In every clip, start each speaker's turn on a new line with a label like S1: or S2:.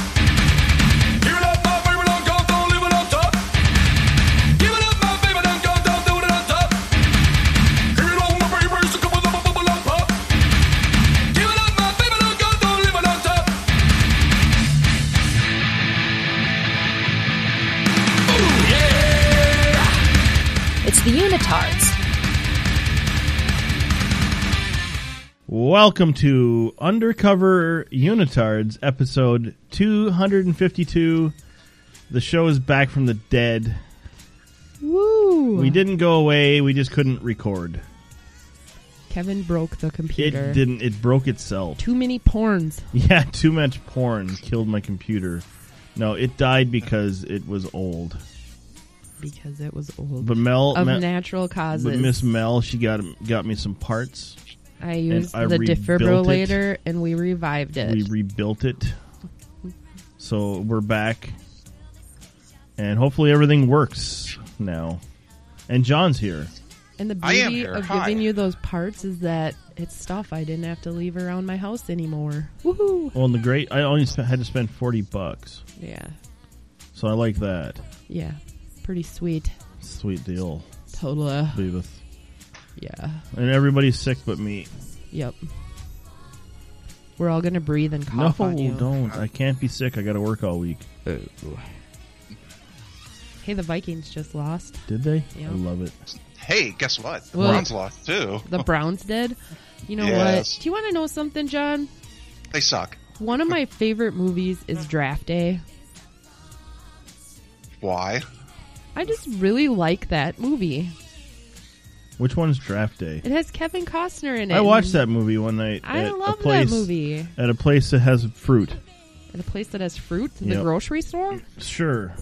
S1: Give it up, my baby, don't go, don't leave it on top. Give it up, my baby, don't go, don't do it on top. Give it up, my baby, it's a couple of bubble, bubble, bubble, pop. Give it up, my baby, don't go, don't leave it on top. Ooh, yeah.
S2: It's the Unitards.
S3: Welcome to Undercover Unitards, episode 252. The show is back from the dead. Woo! We didn't go away, we just couldn't record.
S4: Kevin broke the computer.
S3: It didn't, it broke itself.
S4: Too many porns.
S3: Yeah, too much porn killed my computer. No, it died because it was old.
S4: Because it was old.
S3: But Mel,
S4: of
S3: Mel
S4: natural causes.
S3: but Miss Mel, she got got me some parts.
S4: I used
S3: I
S4: the
S3: rebuilt it.
S4: defibrillator and we revived it.
S3: We rebuilt it. So we're back. And hopefully everything works now. And John's here.
S4: and the
S5: I am
S4: beauty
S5: here.
S4: of
S5: Hi.
S4: giving you those parts is that it's stuff I didn't have to leave around my house anymore. Woohoo!
S3: Well, Oh, and the great, I only sp- had to spend 40 bucks.
S4: Yeah.
S3: So I like that.
S4: Yeah. Pretty sweet.
S3: Sweet deal.
S4: Total. uh,
S3: Leaveth.
S4: Yeah.
S3: And everybody's sick but me.
S4: Yep. We're all gonna breathe and
S3: No,
S4: cough on you.
S3: don't. I can't be sick. I got to work all week.
S4: Hey, the Vikings just lost.
S3: Did they?
S4: Yeah.
S3: I love it.
S5: Hey, guess what? The
S4: What?
S5: Browns lost too.
S3: Oh.
S4: The Browns did. You know
S5: Yes.
S4: what? Do you want to know something, John?
S5: They suck.
S4: One of my favorite movies is Draft Day.
S5: Why?
S4: I just really like that movie.
S3: Which one's draft day?
S4: It has Kevin Costner in it.
S3: I watched that movie one night.
S4: I
S3: at
S4: love
S3: a place,
S4: that movie.
S3: At a place that has fruit.
S4: At a place that has fruit, the
S3: Yep.
S4: grocery store.
S3: Sure.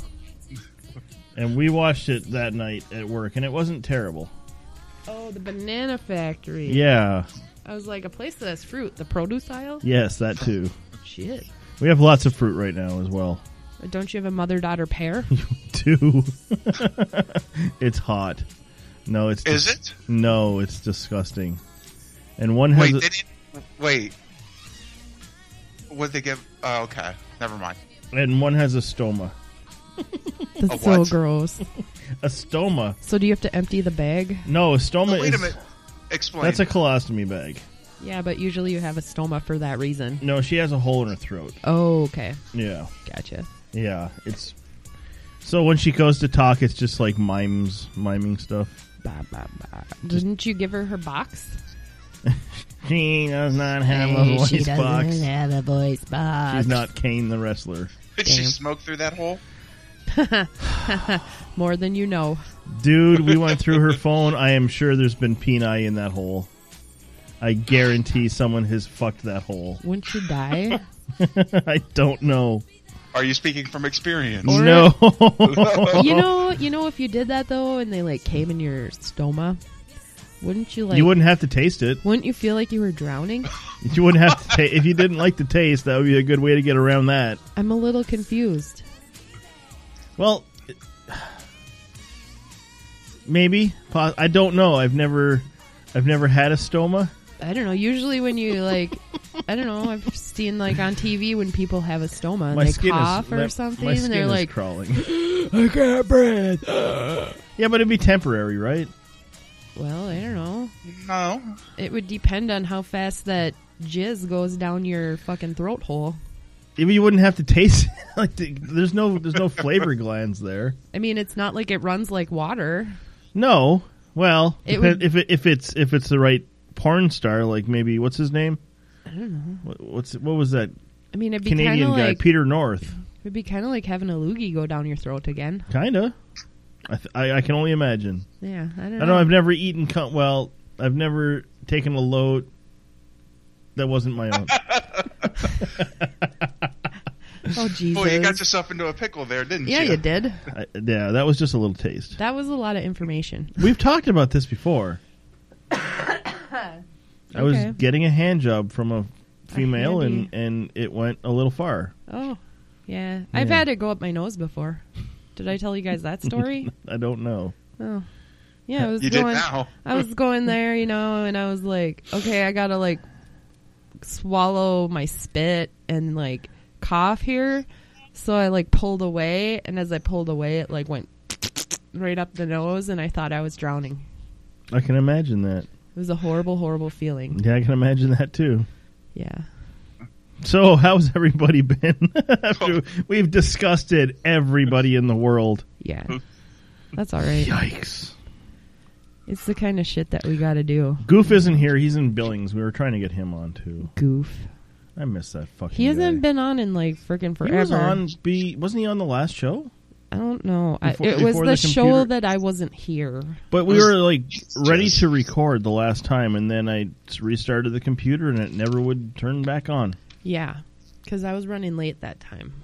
S3: And we watched it that night at work, and it wasn't terrible.
S4: Oh, the banana factory.
S3: Yeah.
S4: I was like, a place that has fruit, the produce aisle.
S3: Yes, that too.
S4: Shit.
S3: We have lots of fruit right now as well.
S4: Don't you have a mother-daughter pair?
S3: Too. it's hot. No, it's
S5: Is
S3: dis-
S5: it?
S3: No, it's disgusting. And one has
S5: Wait,
S3: a-
S5: they didn't. Wait. What they give? Oh, okay. Never mind.
S3: and one has a stoma.
S4: That's
S5: A
S4: so
S5: what?
S4: gross.
S3: A stoma.
S4: So do you have to empty the bag?
S3: No, a
S5: Oh,
S3: stoma
S5: wait a
S3: is
S5: minute. Explain.
S3: That's a colostomy bag.
S4: Yeah, but usually you have a stoma for that reason.
S3: No, she has a hole in her throat.
S4: Oh, okay.
S3: Yeah.
S4: Gotcha.
S3: Yeah, it's So when she goes to talk, it's just like mimes miming stuff.
S4: Bah, bah, bah. Didn't you give her her box?
S3: She does not have a voice box.
S4: have a voice box.
S3: She's not Kane the wrestler.
S5: Did she smoke through that hole?
S4: More than you know.
S3: Dude, we went through her phone. I am sure there's been peni in that hole. I guarantee someone has fucked that hole.
S4: Wouldn't she die?
S3: I don't know.
S5: Are you speaking from experience?
S4: Or-
S3: no.
S4: you know, you know, if you did that though, and they like came in your stoma, wouldn't you like?
S3: you wouldn't have to taste it.
S4: Wouldn't you feel like you were drowning?
S3: You wouldn't have to ta- if you didn't like the taste, that would be a good way to get around that.
S4: I'm a little confused.
S3: Well, it- maybe Po- I don't know. I've never I've never had a stoma.
S4: I don't know. Usually, when you like, I don't know. I've seen like on TV when people have a stoma and
S3: My
S4: they
S3: skin
S4: cough
S3: is
S4: or
S3: that-
S4: something,
S3: My skin
S4: and they're
S3: is
S4: like,
S3: crawling. I can't breathe. yeah, but it'd be temporary, right?
S4: "Well, I don't know.
S5: No.
S4: It would depend on how fast that jizz goes down your fucking throat hole."
S3: If you wouldn't have to taste it. like the, there's no there's no flavor glands there.
S4: I mean, it's not like it runs like water.
S3: No. Well,
S4: It
S3: depen-
S4: would-
S3: if it, if it's if it's the right porn star, like maybe what's his name? I don't know. What, what's what was that
S4: I mean, it'd be kind
S3: Canadian
S4: of
S3: guy?
S4: like
S3: Peter North.
S4: it'd be kind of like having a loogie go down your throat again.
S3: Kinda. I, th- I I can only imagine.
S4: Yeah, I don't know.
S3: I don't know. I've never eaten. Cum- well, I've never taking a load that wasn't my own.
S4: Oh Jesus!
S5: Boy, you got yourself into a pickle there, didn't
S4: yeah,
S5: you?
S4: you did.
S3: I, yeah, that was just a little taste.
S4: That was a lot of information.
S3: We've talked about this before. I was
S4: Okay.
S3: getting a hand job from a female, and,
S4: handy.
S3: and it went a little far.
S4: Oh, yeah. I've
S3: Yeah.
S4: had it go up my nose before. Did I tell you guys that story?
S3: I don't know.
S4: oh, yeah. I was
S5: You did
S4: going.
S5: now.
S4: I was going there, you know, and I was like, okay, I gotta like swallow my spit and like cough here. So I like pulled away, and as I pulled away, it like went right up the nose, and I thought I was drowning.
S3: I can imagine that.
S4: It was a horrible, horrible feeling.
S3: Yeah, I can imagine that too.
S4: Yeah.
S3: So, how's everybody been? After we've disgusted everybody in the world.
S4: Yeah.
S3: Hmm.
S4: That's all right.
S3: Yikes.
S4: It's the kind of shit that we got to do.
S3: Goof isn't here. He's in Billings. We were trying to get him on too.
S4: Goof.
S3: I miss that fucking.
S4: He hasn't
S3: guy.
S4: been on in like freaking forever.
S3: He was on. Be wasn't he on the last show?
S4: I don't know. I,
S3: Before-
S4: it was
S3: before
S4: the,
S3: the computer-
S4: show that I wasn't here.
S3: But we
S5: Was-
S3: were like ready to record the last time, and then I restarted the computer, and it never would turn back on.
S4: Yeah. Because I was running late that time.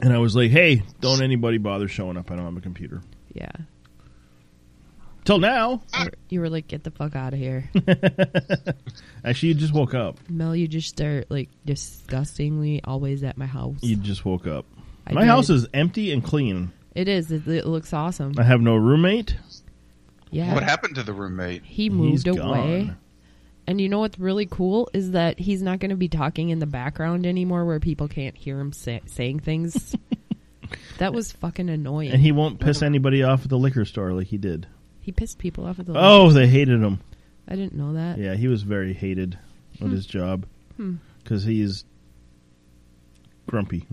S3: And I was like, "Hey, don't anybody bother showing up. I don't have a computer."
S4: Yeah.
S3: Till now,
S4: You were- You were like, get the fuck out of here.
S3: actually, you just woke up.
S4: Mel, you just start like disgustingly always at my house.
S3: You just woke up.
S4: I
S3: My
S4: did.
S3: house is empty and clean.
S4: It is. It, it looks awesome.
S3: I have no roommate.
S4: Yeah.
S5: What happened to the roommate?
S4: He moved
S3: He's
S4: away.
S3: gone.
S4: And you know what's really cool is that he's not going to be talking in the background anymore where people can't hear him sa- saying things. that was fucking annoying.
S3: And he won't piss anybody off at the liquor store like he did.
S4: He pissed people off with the
S3: Oh, they hated him.
S4: I didn't know that.
S3: Yeah, he was very hated at
S4: Hmm.
S3: his job because he's grumpy.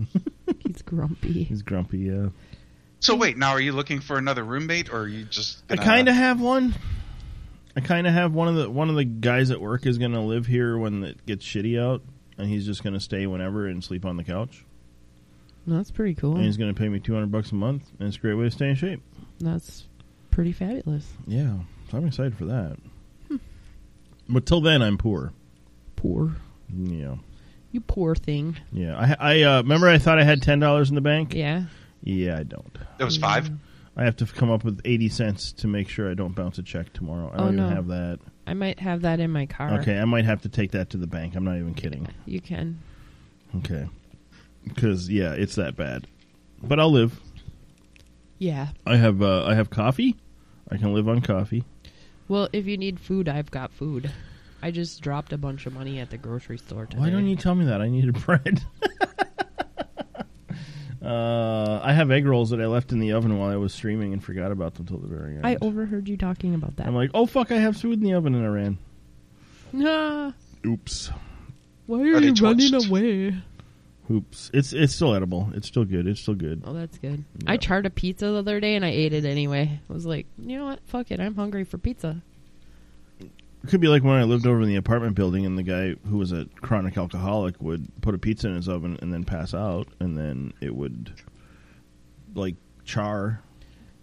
S4: He's grumpy.
S3: he's grumpy. Yeah,
S5: So wait, now are you looking for another roommate, or are you just?
S3: I
S5: gonna-
S3: kind of have one. I kind of have one of the one of the guys at work is going to live here when it gets shitty out, and he's just going to stay whenever and sleep on the couch,
S4: No, That's pretty cool.
S3: and he's going to pay me two hundred bucks a month, and it's a great way to stay in shape.
S4: That's pretty fabulous.
S3: Yeah, so I'm excited for that. Hmm. But till then, I'm poor.
S4: Poor.
S3: Yeah,
S4: You poor thing.
S3: yeah. I I uh, remember I thought I had ten dollars in the bank.
S4: Yeah.
S3: yeah, I don't.
S5: That was five.
S3: I have to f- come up with 80 cents to make sure I don't bounce a check tomorrow. I
S4: Oh,
S3: don't even
S4: no.
S3: have that.
S4: I might have that in my car.
S3: Okay, I might have to take that to the bank. I'm not even kidding.
S4: You can.
S3: Okay. Cuz yeah, it's that bad. But I'll live.
S4: Yeah.
S3: I have uh, I have coffee. I can live on coffee.
S4: Well, if you need food, I've got food. I just dropped a bunch of money at the grocery store today.
S3: Why don't you tell me that? I needed bread. uh, I have egg rolls that I left in the oven while I was streaming and forgot about them till the very end.
S4: I overheard you talking about that.
S3: I'm like, "Oh fuck, I have food in the oven and I ran."
S4: Nah,
S3: Oops.
S4: Ah, why are
S5: they
S4: you running
S5: torched?
S4: away?
S3: Oops. It's it's still edible. It's still good. It's still good.
S4: Oh, that's good. I charred a pizza the other day and I ate it anyway. I was like, you know what? Fuck it. I'm hungry for pizza.
S3: It could be like when I lived over in the apartment building, and the guy who was a chronic alcoholic would put a pizza in his oven and then pass out, and then it would like char.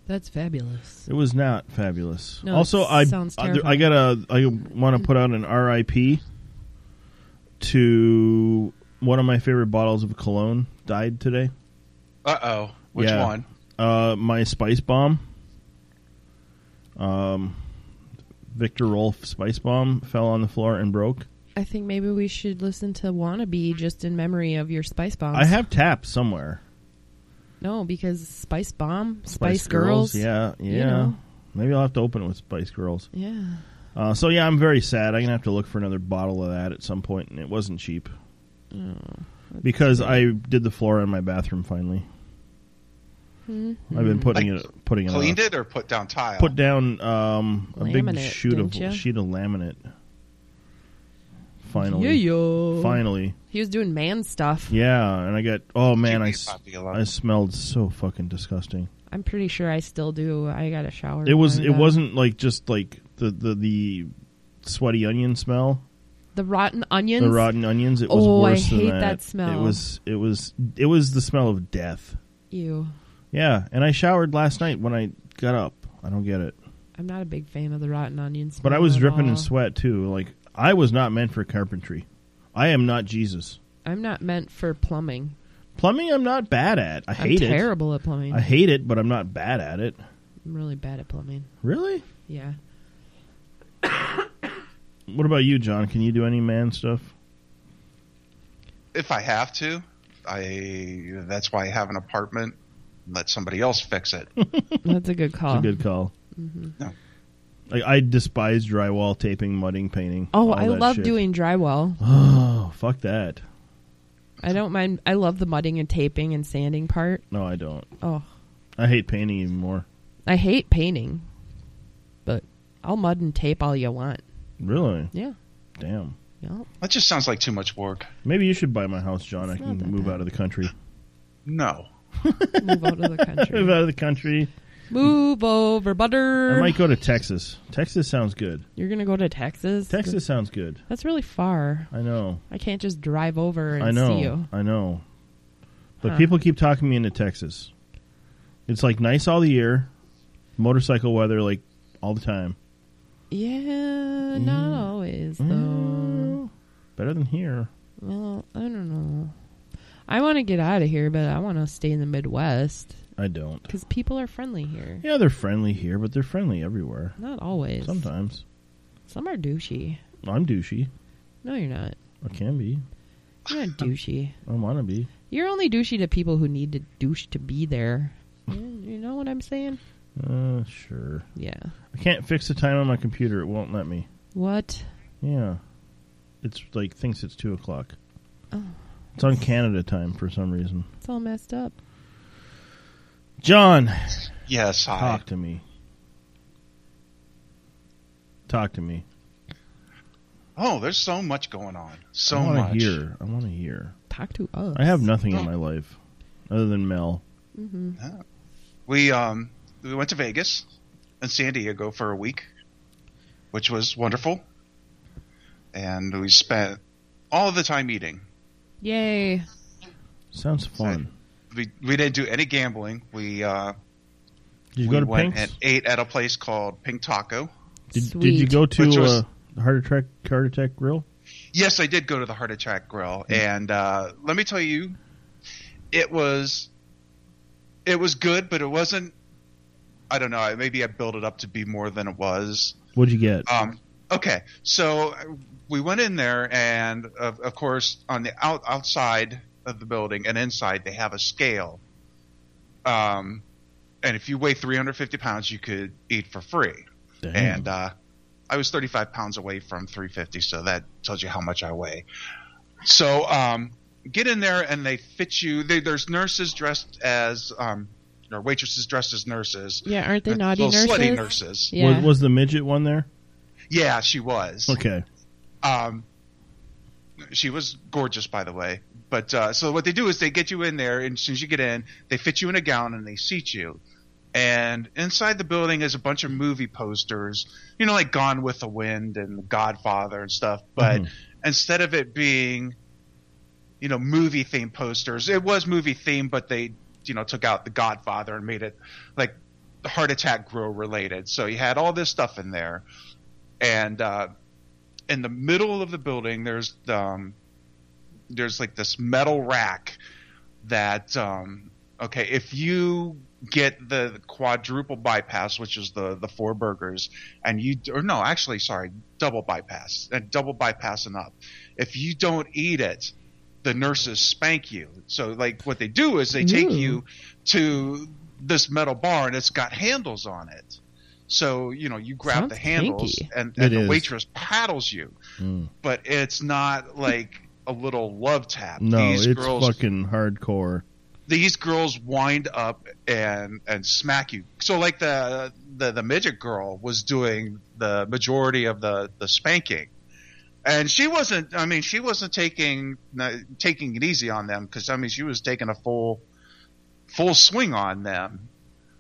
S4: That's fabulous.
S3: It was not fabulous.
S4: No,
S3: also,
S4: it
S3: I
S4: sounds
S3: I,
S4: terrifying.
S3: I gotta I want to put out an R.I.P. to one of my favorite bottles of cologne died today.
S5: Uh oh. Which
S3: Yeah.
S5: one?
S3: Uh, my spice bomb, um, Victor Rolf spice bomb fell on the floor and broke.
S4: I think maybe we should listen to Wannabe just in memory of your Spice Bombs.
S3: I have taps somewhere.
S4: No, because Spice Bomb, Spice, Girls.
S3: Yeah, yeah.
S4: know.
S3: Maybe I'll have to open it with Spice Girls.
S4: Yeah.
S3: Uh, so yeah, I'm very sad. I'm gonna have to look for another bottle of that at some point, and it wasn't cheap.
S4: Oh,
S3: because I did the floor in my bathroom finally.
S4: Hmm?
S3: I've been putting
S5: Like,
S3: it putting it
S5: Cleaned
S3: off.
S5: it or put down tile?
S3: uh, Put down um, a big
S4: Laminate,
S3: sheet of
S4: didn't ya?
S3: sheet of laminate.
S4: Yeah,
S3: Finally,
S4: yo.
S3: finally,
S4: He was doing man stuff.
S3: yeah. And I got oh man,
S5: me
S3: I,
S5: a
S3: s-
S5: copy of that.
S3: I smelled so fucking disgusting.
S4: I'm pretty sure I still do. I got a shower.
S3: It was.
S4: lined
S3: It
S4: up.
S3: wasn't like just like the the the sweaty onion smell,
S4: the rotten onions.
S3: the rotten onions. It was
S4: Oh, I
S3: worse than
S4: hate
S3: that.
S4: that smell.
S3: It was. It was. It was the smell of death.
S4: Ew.
S3: Yeah, and I showered last night when I got up. I don't get it.
S4: I'm not a big fan of the rotten onions.
S3: But I was dripping in sweat too. Like I was not meant for carpentry. I am not Jesus.
S4: I'm not meant for plumbing.
S3: Plumbing, I'm not bad at. I hate
S4: I'm
S3: it.
S4: terrible at plumbing.
S3: I hate it, but I'm not bad at it.
S4: I'm really bad at plumbing.
S3: Really?
S4: Yeah.
S3: What about you, John? Can you do any man stuff?
S5: If I have to, I that's why I have an apartment. and Let somebody else fix it.
S4: That's a good call.
S3: It's a good call.
S5: No.
S3: Like, I despise drywall, taping, mudding, painting.
S4: oh,
S3: all
S4: I
S3: that
S4: love
S3: shit.
S4: doing drywall.
S3: Oh, fuck that.
S4: I don't mind. I love the mudding and taping and sanding part.
S3: No, I don't.
S4: Oh,
S3: I hate painting even more.
S4: I hate painting, but I'll mud and tape all you want.
S3: Really?
S4: Yeah.
S3: Damn.
S4: Yeah.
S5: That just sounds like too much work.
S3: Maybe you should buy my house, John. I
S4: It's
S3: can
S4: not that
S3: move
S4: bad.
S3: out of the country.
S5: No.
S4: Move out of the
S3: Move
S4: country.
S3: out of the country.
S4: Move over,
S3: I
S4: butter.
S3: might go to Texas. Texas sounds good.
S4: You're gonna go to Texas.
S3: Texas sounds good.
S4: That's really far.
S3: I know.
S4: I can't just drive over and
S3: I know.
S4: see you.
S3: I know. But
S4: Huh.
S3: people keep talking me into Texas. It's like nice all the year, motorcycle weather like all the time.
S4: Yeah,
S3: Mm-hmm.
S4: not always though.
S3: Better than here.
S4: Well, I don't know. I want to get out of here, but I want to stay in the Midwest
S3: I don't.
S4: because people are friendly here.
S3: Yeah, they're friendly here, but they're friendly everywhere.
S4: Not always.
S3: Sometimes.
S4: Some are douchey.
S3: I'm douchey.
S4: No, you're not.
S3: I can be.
S4: You're not douchey.
S3: I want to be.
S4: You're only douchey to people who need to douche to be there. You you know what I'm saying?
S3: Uh, sure.
S4: Yeah.
S3: I can't fix the time on my computer. It won't let me.
S4: What?
S3: Yeah. It's like thinks it's 2 o'clock. It's on Canada time for some reason.
S4: It's all messed up.
S3: John,
S5: Yes, I.
S3: talk to me. Talk to me.
S5: Oh, there's so much going on. So
S3: I wanna
S5: much. Oh.
S3: hear. I want to hear.
S4: Talk to us.
S3: I have nothing in my life other than Mel.
S5: We um we went to Vegas and San Diego for a week, which was wonderful. And we spent all the time eating.
S4: Yay.
S3: Sounds fun.
S5: We we didn't do any gambling. We uh
S3: Did you
S5: we
S3: go to
S5: went
S3: Pink's?
S5: and ate at a place called Pink Taco.
S3: Did,
S4: Sweet.
S3: did you go to
S5: Which was-
S3: uh, the Heart Attack Heart Attack Grill?
S5: Yes, I did go to the Heart Attack Grill,
S3: Mm-hmm.
S5: and uh, let me tell you, it was it was good, but it wasn't. I don't know. Maybe I built it up to be more than it was.
S3: What'd you get?
S5: Um, okay, so uh, we went in there, and of, of course, on the out, outside of the building and inside, they have a scale. Um, and if you weigh 350 pounds, you could eat for free.
S3: Damn.
S5: And uh, I was 35 pounds away from 350, so that tells you how much I weigh. So um, get in there, and they fit you. They, there's nurses dressed as, um, or waitresses dressed as nurses. Uh,
S4: Yeah, aren't they naughty
S5: Little
S4: nurses?
S5: slutty nurses.
S4: Yeah.
S3: was, was the midget one there?
S5: Yeah, she was.
S3: Okay.
S5: Um, she was gorgeous, by the way. But uh, so what they do is they get you in there, and as soon as you get in, they fit you in a gown and they seat you. And inside the building is a bunch of movie posters, you know, like Gone with the Wind and The Godfather and stuff. But
S3: Mhm.
S5: instead of it being, you know, movie themed posters, it was movie themed, but they, you know, took out The Godfather and made it like the heart attack grill related. So you had all this stuff in there. And uh, in the middle of the building, there's um, there's like this metal rack that um, okay, if you get the quadruple bypass, which is the the four burgers, and you or no, actually, sorry, double bypass and double bypass and up. If you don't eat it, the nurses spank you. So like what they do is they take
S4: Ooh.
S5: you to this metal bar and it's got handles on it. So you know you grab
S4: Sounds
S5: the handles
S4: kinky.
S5: and,
S3: It
S5: and the
S3: is.
S5: waitress paddles you,
S3: Mm.
S5: but it's not like a little love tap.
S3: No,
S5: these
S3: it's
S5: girls,
S3: fucking hardcore.
S5: these girls wind up and and smack you. So like the the, the midget girl was doing the majority of the the spanking. And she wasn't. I mean, she wasn't taking no, taking it easy on them because I mean, she was taking a full full swing on them.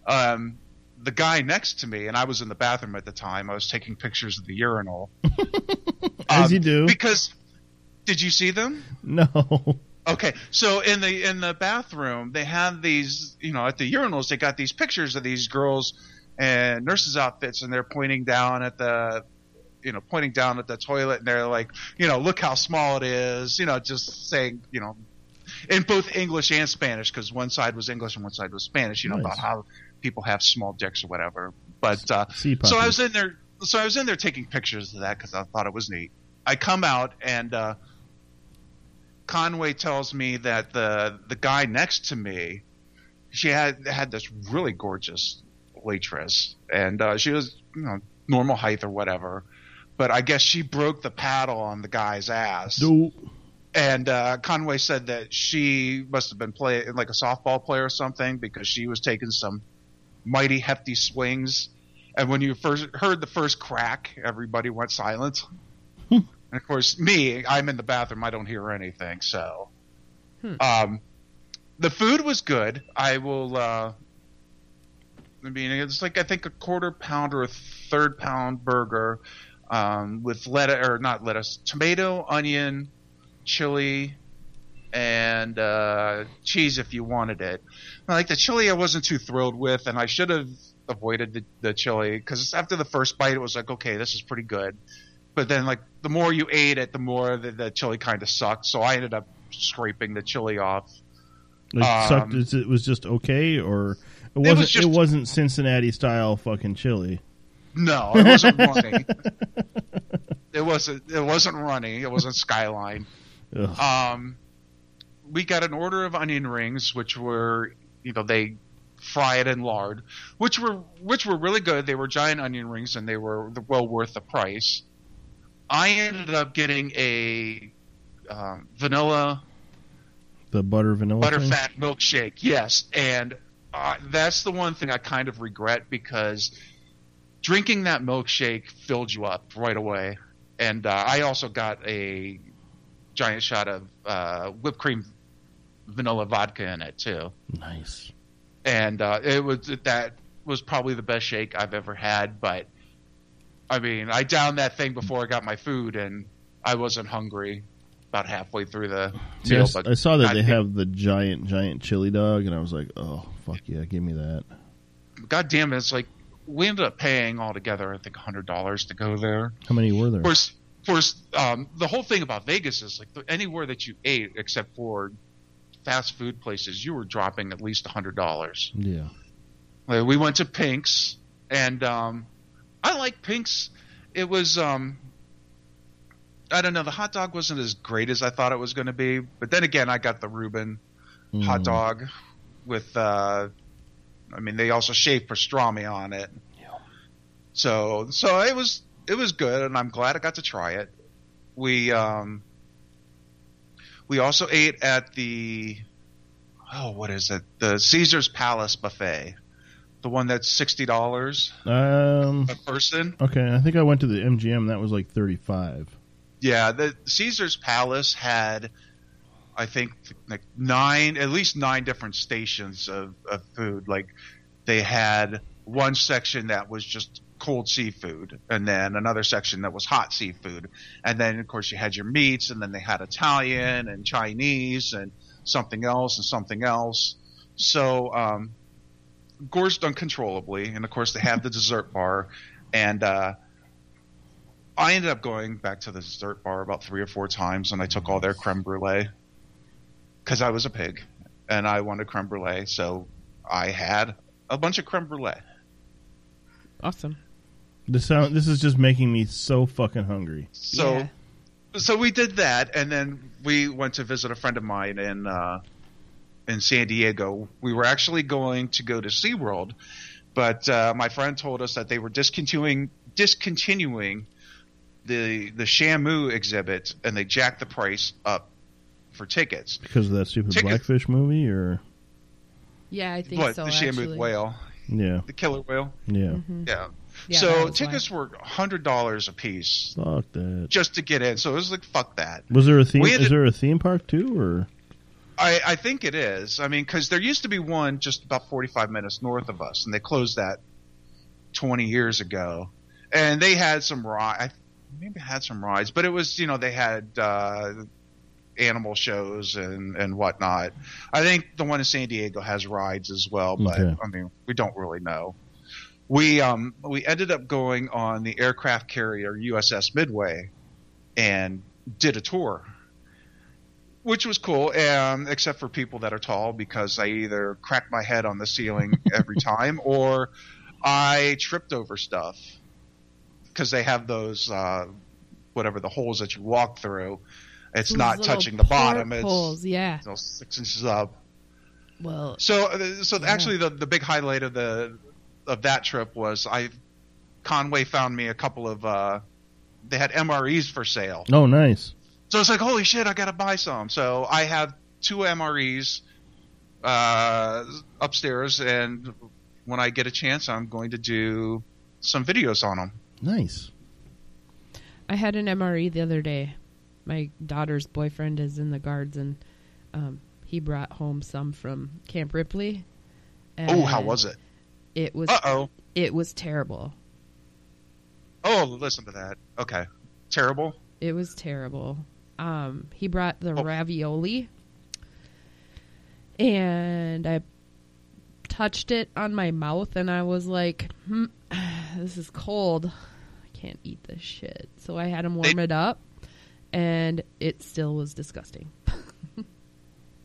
S5: Um, the guy next to me, and I was in the bathroom at the time. I was taking pictures of the urinal.
S3: As
S5: Um,
S3: you do.
S5: Because did you see them?
S3: No.
S5: Okay, so in the in the bathroom, they have these, you know, at the urinals, they got these pictures of these girls and nurses outfits and they're pointing down at the you know pointing down at the toilet and they're like you know look how small it is you know just saying you know in both English and Spanish because one side was English and one side was Spanish you know
S3: Nice.
S5: about how people have small dicks or whatever but uh,
S3: Sea
S5: so I
S3: puppies.
S5: was in there so I was in there taking pictures of that because I thought it was neat I come out and uh, Conway tells me that the the guy next to me she had had this really gorgeous waitress, and uh, she was you know normal height or whatever, but I guess she broke the paddle on the guy's ass.
S3: No.
S5: And uh, Conway said that she must have been playing like a softball player or something because she was taking some mighty hefty swings. And when you first heard the first crack, everybody went silent. and of course, me, I'm in the bathroom. I don't hear anything. So, um, the food was good. I will. Uh, I mean, it's like I think a quarter pound or a third pound burger um, with lettuce or not lettuce, tomato, onion, chili, and uh, cheese if you wanted it. Like the chili, I wasn't too thrilled with, and I should have avoided the, the chili because after the first bite, it was like, okay, this is pretty good. But then, like the more you ate it, the more the, the chili kind of sucked. So I ended up scraping the chili off.
S3: Like
S5: Um,
S3: sucked, is it was just okay, or it
S5: was
S3: wasn't. It,
S5: just-
S3: wasn't Cincinnati style fucking chili.
S5: No, it wasn't running. it wasn't. It wasn't running. It wasn't Skyline.
S3: Ugh.
S5: Um, we got an order of onion rings, which were you know they fry it in lard, which were which were really good. They were giant onion rings, and they were well worth the price. I ended up getting a um, vanilla
S3: The butter vanilla. thing?
S5: Butterfat milkshake, yes. And uh, that's the one thing I kind of regret because drinking that milkshake filled you up right away. And uh, I also got a giant shot of uh, whipped cream vanilla vodka in it, too.
S3: Nice.
S5: And uh, it was that was probably the best shake I've ever had. But I mean, I downed that thing before I got my food, and I wasn't hungry about halfway through the
S3: See, I
S5: meal.
S3: s-
S5: but
S3: I saw that
S5: I
S3: they
S5: think-
S3: have the giant, giant chili dog, and I was like, "Oh fuck yeah, give me that!"
S5: God damn it, it's like we ended up paying altogether, I think, hundred dollars to go there.
S3: How many were there?
S5: Of course, of course, um, the whole thing about Vegas is like anywhere that you ate, except for fast food places, you were dropping at least hundred dollars.
S3: Yeah,
S5: Like, we went to Pink's, and um, I like Pink's. It was, um, I don't know, the hot dog wasn't as great as I thought it was going to be, but then again, I got the Reuben hot
S3: Mm.
S5: dog with uh I mean they also shaved pastrami on it. So so it was it was good and I'm glad I got to try it. We um we also ate at the oh what is it? The Caesar's Palace buffet. The one that's sixty dollars
S3: Um.
S5: a person.
S3: Okay, I think I went to the MGM. That was like thirty-five.
S5: Yeah, the Caesar's Palace had, I think, like nine, at least nine different stations of, of food. Like they had one section that was just cold seafood, and then another section that was hot seafood, and then of course you had your meats, and then they had Italian and Chinese and something else and something else. So um, gorged uncontrollably, and of course they have the dessert bar, and uh, I ended up going back to the dessert bar about three or four times, and I took all their creme brulee because I was a pig and I wanted creme brulee, so I had a bunch of creme brulee.
S4: Awesome.
S3: This sound. This is just making me so fucking hungry.
S5: So,
S4: Yeah.
S5: so we did that, and then we went to visit a friend of mine in uh, in San Diego. We were actually going to go to SeaWorld, but uh, my friend told us that they were discontinuing discontinuing the the Shamu exhibit, and they jacked the price up for tickets.
S3: Because of that stupid
S5: Ticket-
S3: Blackfish movie, or
S4: Yeah, I think
S5: What
S4: so.
S5: the
S4: actually. Mm-hmm.
S5: Shamu whale,
S3: yeah,
S5: the killer whale?
S3: yeah.
S5: Yeah.
S4: Yeah, that
S5: so
S4: was why.
S5: tickets were hundred dollars a piece
S3: Fuck that.
S5: just to get in. So it was like fuck that.
S3: Was there a theme?
S5: We had
S3: Is
S5: to-
S3: there a theme park too, or
S5: I, I think it is. I mean, because there used to be one just about 45 minutes north of us, and they closed that 20 years ago. And they had some rides, maybe had some rides, but it was, you know, they had uh, animal shows and, and whatnot. I think the one in San Diego has rides as well, but
S3: Okay.
S5: I mean, we don't really know. we um we ended up going on the aircraft carrier USS Midway and did a tour which was cool um except for people that are tall because I either cracked my head on the ceiling every time or I tripped over stuff cuz they have those uh whatever the holes that you walk through it's
S4: Those
S5: not
S4: little
S5: touching the bottom
S4: portholes, yeah.
S5: it's you know, 6 inches up
S4: Well,
S5: so, uh, so actually, the the big highlight of the of that trip was I Conway found me a couple of uh, they had MREs for sale.
S3: Oh, nice.
S5: So it's like, holy shit, I gotta buy some. So I have two MREs uh, upstairs, and when I get a chance, I'm going to do some videos on them.
S3: Nice.
S4: I had an MRE the other day. My daughter's boyfriend is in the guards, and um, he brought home some from Camp Ripley.
S5: Oh,
S3: Mm.
S5: how was it?
S4: It was
S5: Uh oh.
S4: it was terrible.
S5: Oh, listen to that. Okay, terrible.
S4: It was terrible. Um, he brought the
S5: Oh.
S4: ravioli, and I touched it on my mouth, and I was like, hmm, "This is cold. I can't eat this shit." So I had him warm
S5: They-
S4: it up, and it still was disgusting.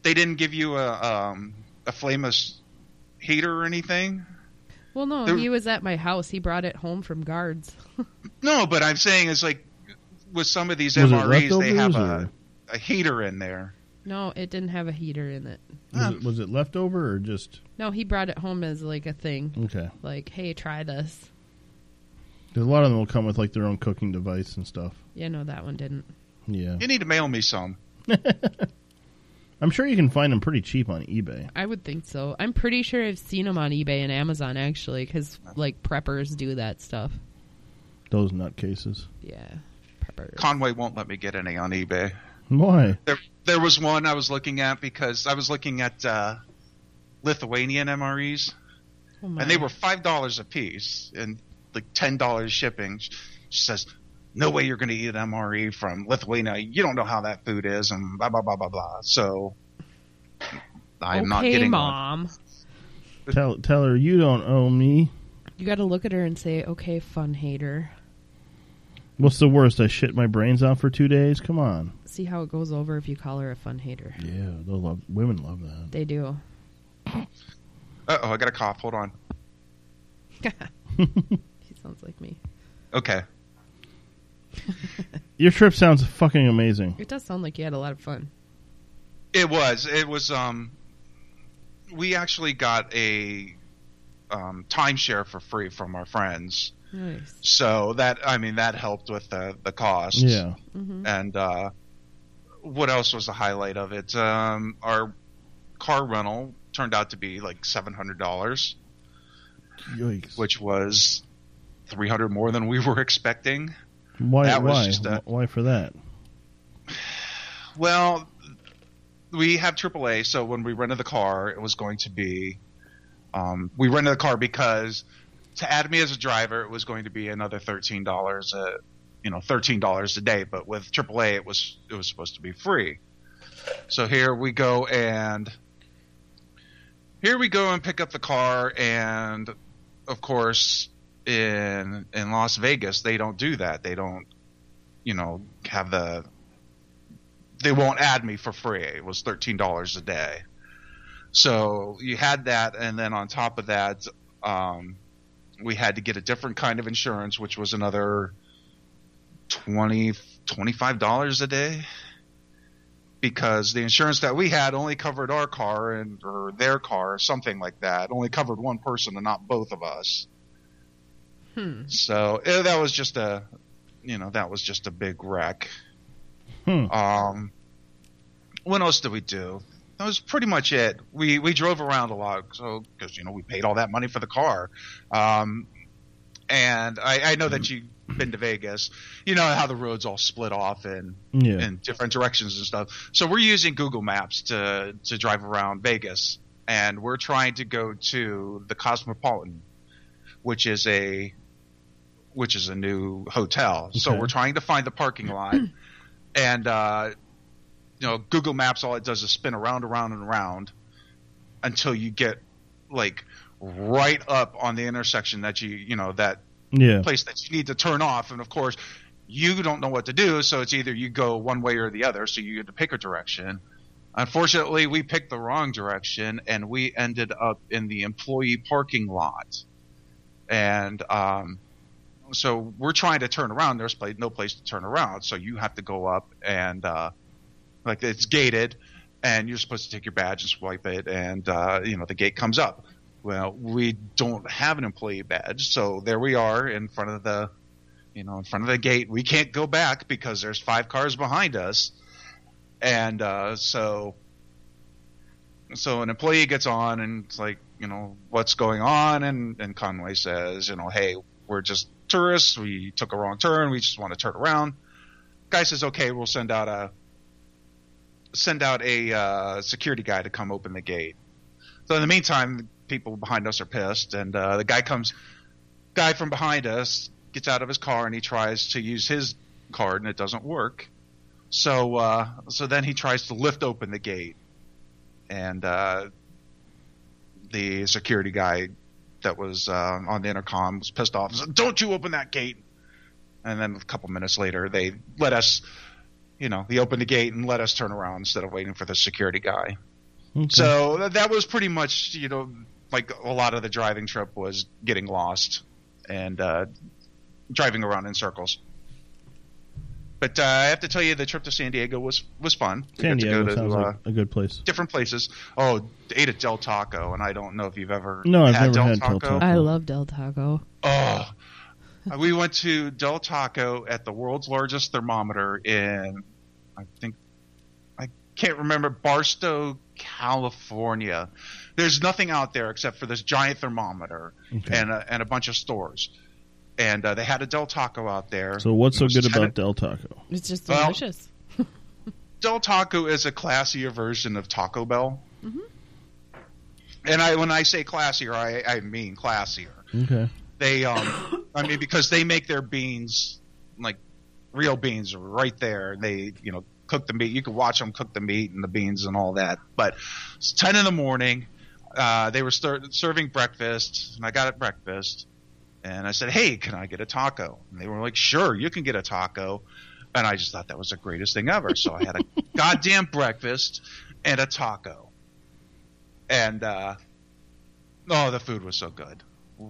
S5: They didn't give you a um, a flameless heater or anything.
S4: Well, no,
S5: There-
S4: he was at my house. He brought it home from guards.
S5: No, but I'm saying it's like with some of these
S3: Was it
S5: MREs, they have
S3: leftovers
S5: a,
S3: or-
S5: a heater in there.
S4: No, it didn't have a heater in it.
S3: Was,
S5: uh,
S3: it, was it leftover or just
S4: No, he brought it home as like a thing.
S3: okay?
S4: Like, hey, try this.
S3: There's a lot of them will come with like their own cooking device and stuff.
S4: Yeah, no, that one didn't.
S3: Yeah,
S5: You need to mail me some.
S3: I'm sure you can find them pretty cheap on eBay.
S4: I would think so. I'm pretty sure I've seen them on eBay and Amazon actually, because like preppers do that stuff.
S3: Those nutcases.
S4: Yeah, preppers.
S5: Conway won't let me get any on eBay.
S3: Why?
S5: There, there was one I was looking at because I was looking at uh, Lithuanian MREs,
S4: Oh, my.
S5: and they were five dollars a piece and like ten dollars shipping. She says, "No way you're going to eat an MRE from Lithuania. You don't know how that food is," and blah blah blah blah blah. So I'm
S4: okay,
S5: not getting one.
S4: mom.
S3: Tell tell her you don't owe me.
S4: You got to look at her and say, "Okay, fun hater."
S3: What's the worst? I shit my brains out for two days. Come on.
S4: See how it goes over if you call her a fun hater.
S3: Yeah, they'll love. Women love that.
S4: They do.
S5: Uh oh, I got a cough. Hold on.
S4: She sounds like me.
S5: Okay.
S3: Your trip sounds fucking amazing.
S4: It does sound like you had a lot of fun.
S5: It was. It was. Um, we actually got a um, timeshare for free from our friends,
S4: Nice.
S5: so that I mean that helped with the the cost.
S3: Yeah.
S4: Mm-hmm.
S5: And uh, what else was the highlight of it? Um, our car rental turned out to be like seven hundred dollars,
S3: Yikes.
S5: which was three hundred more than we were expecting.
S3: why?
S5: that was
S3: why?
S5: just a-
S3: why for that?
S5: Well, we have AAA, so when we rented the car, it was going to be. Um, we rented the car because to add me as a driver, it was going to be another thirteen dollars, uh, you know, thirteen dollars a day. But with AAA, it was it was supposed to be free. So here we go and here we go and pick up the car, and of course, in in Las Vegas, they don't do that. They don't, you know, have the they won't add me for free. It was thirteen dollars a day. So you had that, and then on top of that, um, we had to get a different kind of insurance, which was another twenty twenty five dollars a day, because the insurance that we had only covered our car and or their car, something like that, only covered one person and not both of us.
S4: Hmm.
S5: So eh, that was just a, you know, that was just a big wreck.
S3: Hmm. Mm.
S5: Um, what else did we do? That was pretty much it. We we drove around a lot, so because you know we paid all that money for the car. Um, and I, I know that you've been to Vegas. You know how the roads all split off and
S3: Yeah.
S5: in different directions and stuff. So we're using Google Maps to to drive around Vegas, and we're trying to go to the Cosmopolitan, which is a which is a new hotel. So
S3: Okay.
S5: we're trying to find the parking lot, and uh, you know Google Maps all it does is spin around, around, and around until you get like right up on the intersection that you you know that
S3: Yeah.
S5: place that you need to turn off. And of course, you don't know what to do, so it's either you go one way or the other. So you get to pick a direction. Unfortunately, we picked the wrong direction, and we ended up in the employee parking lot. And um, so we're trying to turn around. There's pla- no place to turn around, so you have to go up and uh, like it's gated, and you're supposed to take your badge and swipe it, and uh, you know the gate comes up. Well, we don't have an employee badge, so there we are in front of the, you know, in front of the gate. We can't go back because there's five cars behind us, and uh, so, so an employee gets on and it's like, you know, what's going on? And and Conway says, you know, hey, we're just tourists. We took a wrong turn. We just want to turn around. Guy says, okay, we'll send out a, send out a uh, security guy to come open the gate. So in the meantime, people behind us are pissed, and uh, the guy comes, guy from behind us gets out of his car and he tries to use his card, and it doesn't work. So uh, so then he tries to lift open the gate, and uh, the security guy that was uh, on the intercom was pissed off. and said, "Don't you open that gate!" And then a couple minutes later, they let us. You know, they opened the gate and let us turn around instead of waiting for the security guy.
S3: Okay.
S5: So th- that was pretty much, you know, like a lot of the driving trip was getting lost and uh, driving around in circles. But uh, I have to tell you, the trip to San Diego was was fun. We
S3: San
S5: got to
S3: Diego
S5: go to,
S3: sounds
S5: uh,
S3: like a good place.
S5: different places. Oh, ate at Del Taco, and I don't know if you've ever
S3: No, I've
S5: had
S3: never
S5: Del
S3: had Del
S5: Taco.
S3: Taco.
S4: I love Del Taco.
S5: Oh, Uh, we went to Del Taco at the world's largest thermometer in, I think, I can't remember Barstow, California. There's nothing out there except for this giant thermometer
S3: Okay.
S5: and a, and a bunch of stores, and uh, they had a Del Taco out there.
S3: So what's so
S5: It was
S3: good
S5: ten-
S3: about Del Taco?
S4: It's just
S5: Well-
S4: delicious.
S5: Del Taco is a classier version of Taco Bell. And I, when I say classier, I, I mean classier.
S3: Okay.
S5: they um i mean because they make their beans like real beans right there and they you know cook the meat you can watch them cook the meat and the beans and all that but it's 10 in the morning uh, they were ser- serving breakfast and i got at breakfast and i said hey can i get a taco and they were like sure you can get a taco and i just thought that was the greatest thing ever so i had a goddamn breakfast and a taco and uh, oh the food was so good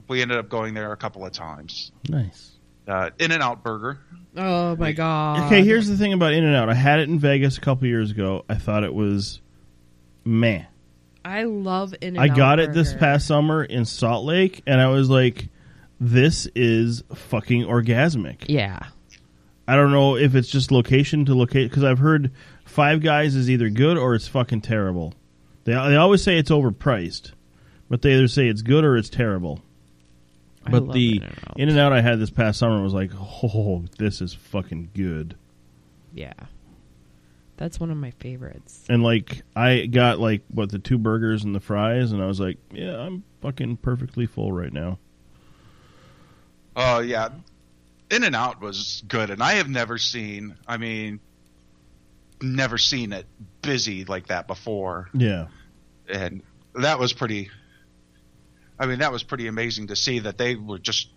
S5: we ended up going there a couple of times.
S3: Nice.
S5: Uh, In and Out Burger.
S4: Oh my god.
S3: Okay, here's the thing about In and Out. I had it in Vegas a couple years ago. I thought it was man.
S4: I love In.
S3: I got it this past summer in Salt Lake and I was like this is fucking orgasmic.
S4: Yeah.
S3: I don't know if it's just location to locate because I've heard Five Guys is either good or it's fucking terrible. They they always say it's overpriced, but they either say it's good or it's terrible.
S4: I
S3: But
S4: love
S3: the
S4: In-N-Out.
S3: In and Out I had this past summer was like, oh, this is fucking good.
S4: Yeah. That's one of my favorites.
S3: And like I got like what the two burgers and the fries, and I was like, yeah, I'm fucking perfectly full right now.
S5: Oh yeah, In and Out was good, and I have never seen. I mean, never seen it busy like that before,
S3: Yeah,
S5: and that was pretty. I mean, that was pretty amazing to see that they were just.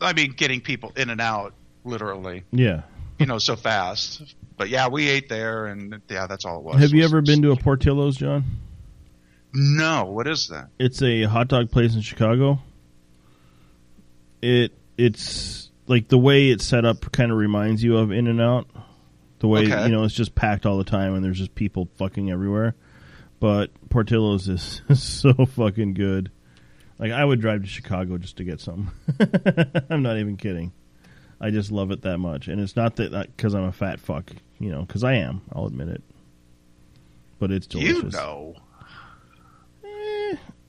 S5: I mean, getting people in and out literally,
S3: yeah.
S5: you know, so fast. But yeah, we ate there, and yeah, that's all it was.
S3: Have you
S5: Was-
S3: ever been to a Portillo's, John?
S5: No, what is that?
S3: it's a hot dog place in Chicago. It it's like the way it's set up kind of reminds you of In and Out. The way
S5: Okay.
S3: you know it's just packed all the time and there's just people fucking everywhere. But Portillo's is so fucking good. Like I would drive to Chicago just to get some. I'm not even kidding. I just love it that much, and it's not that because I'm a fat fuck, you know, because I am. I'll admit it. But it's delicious.
S5: You know.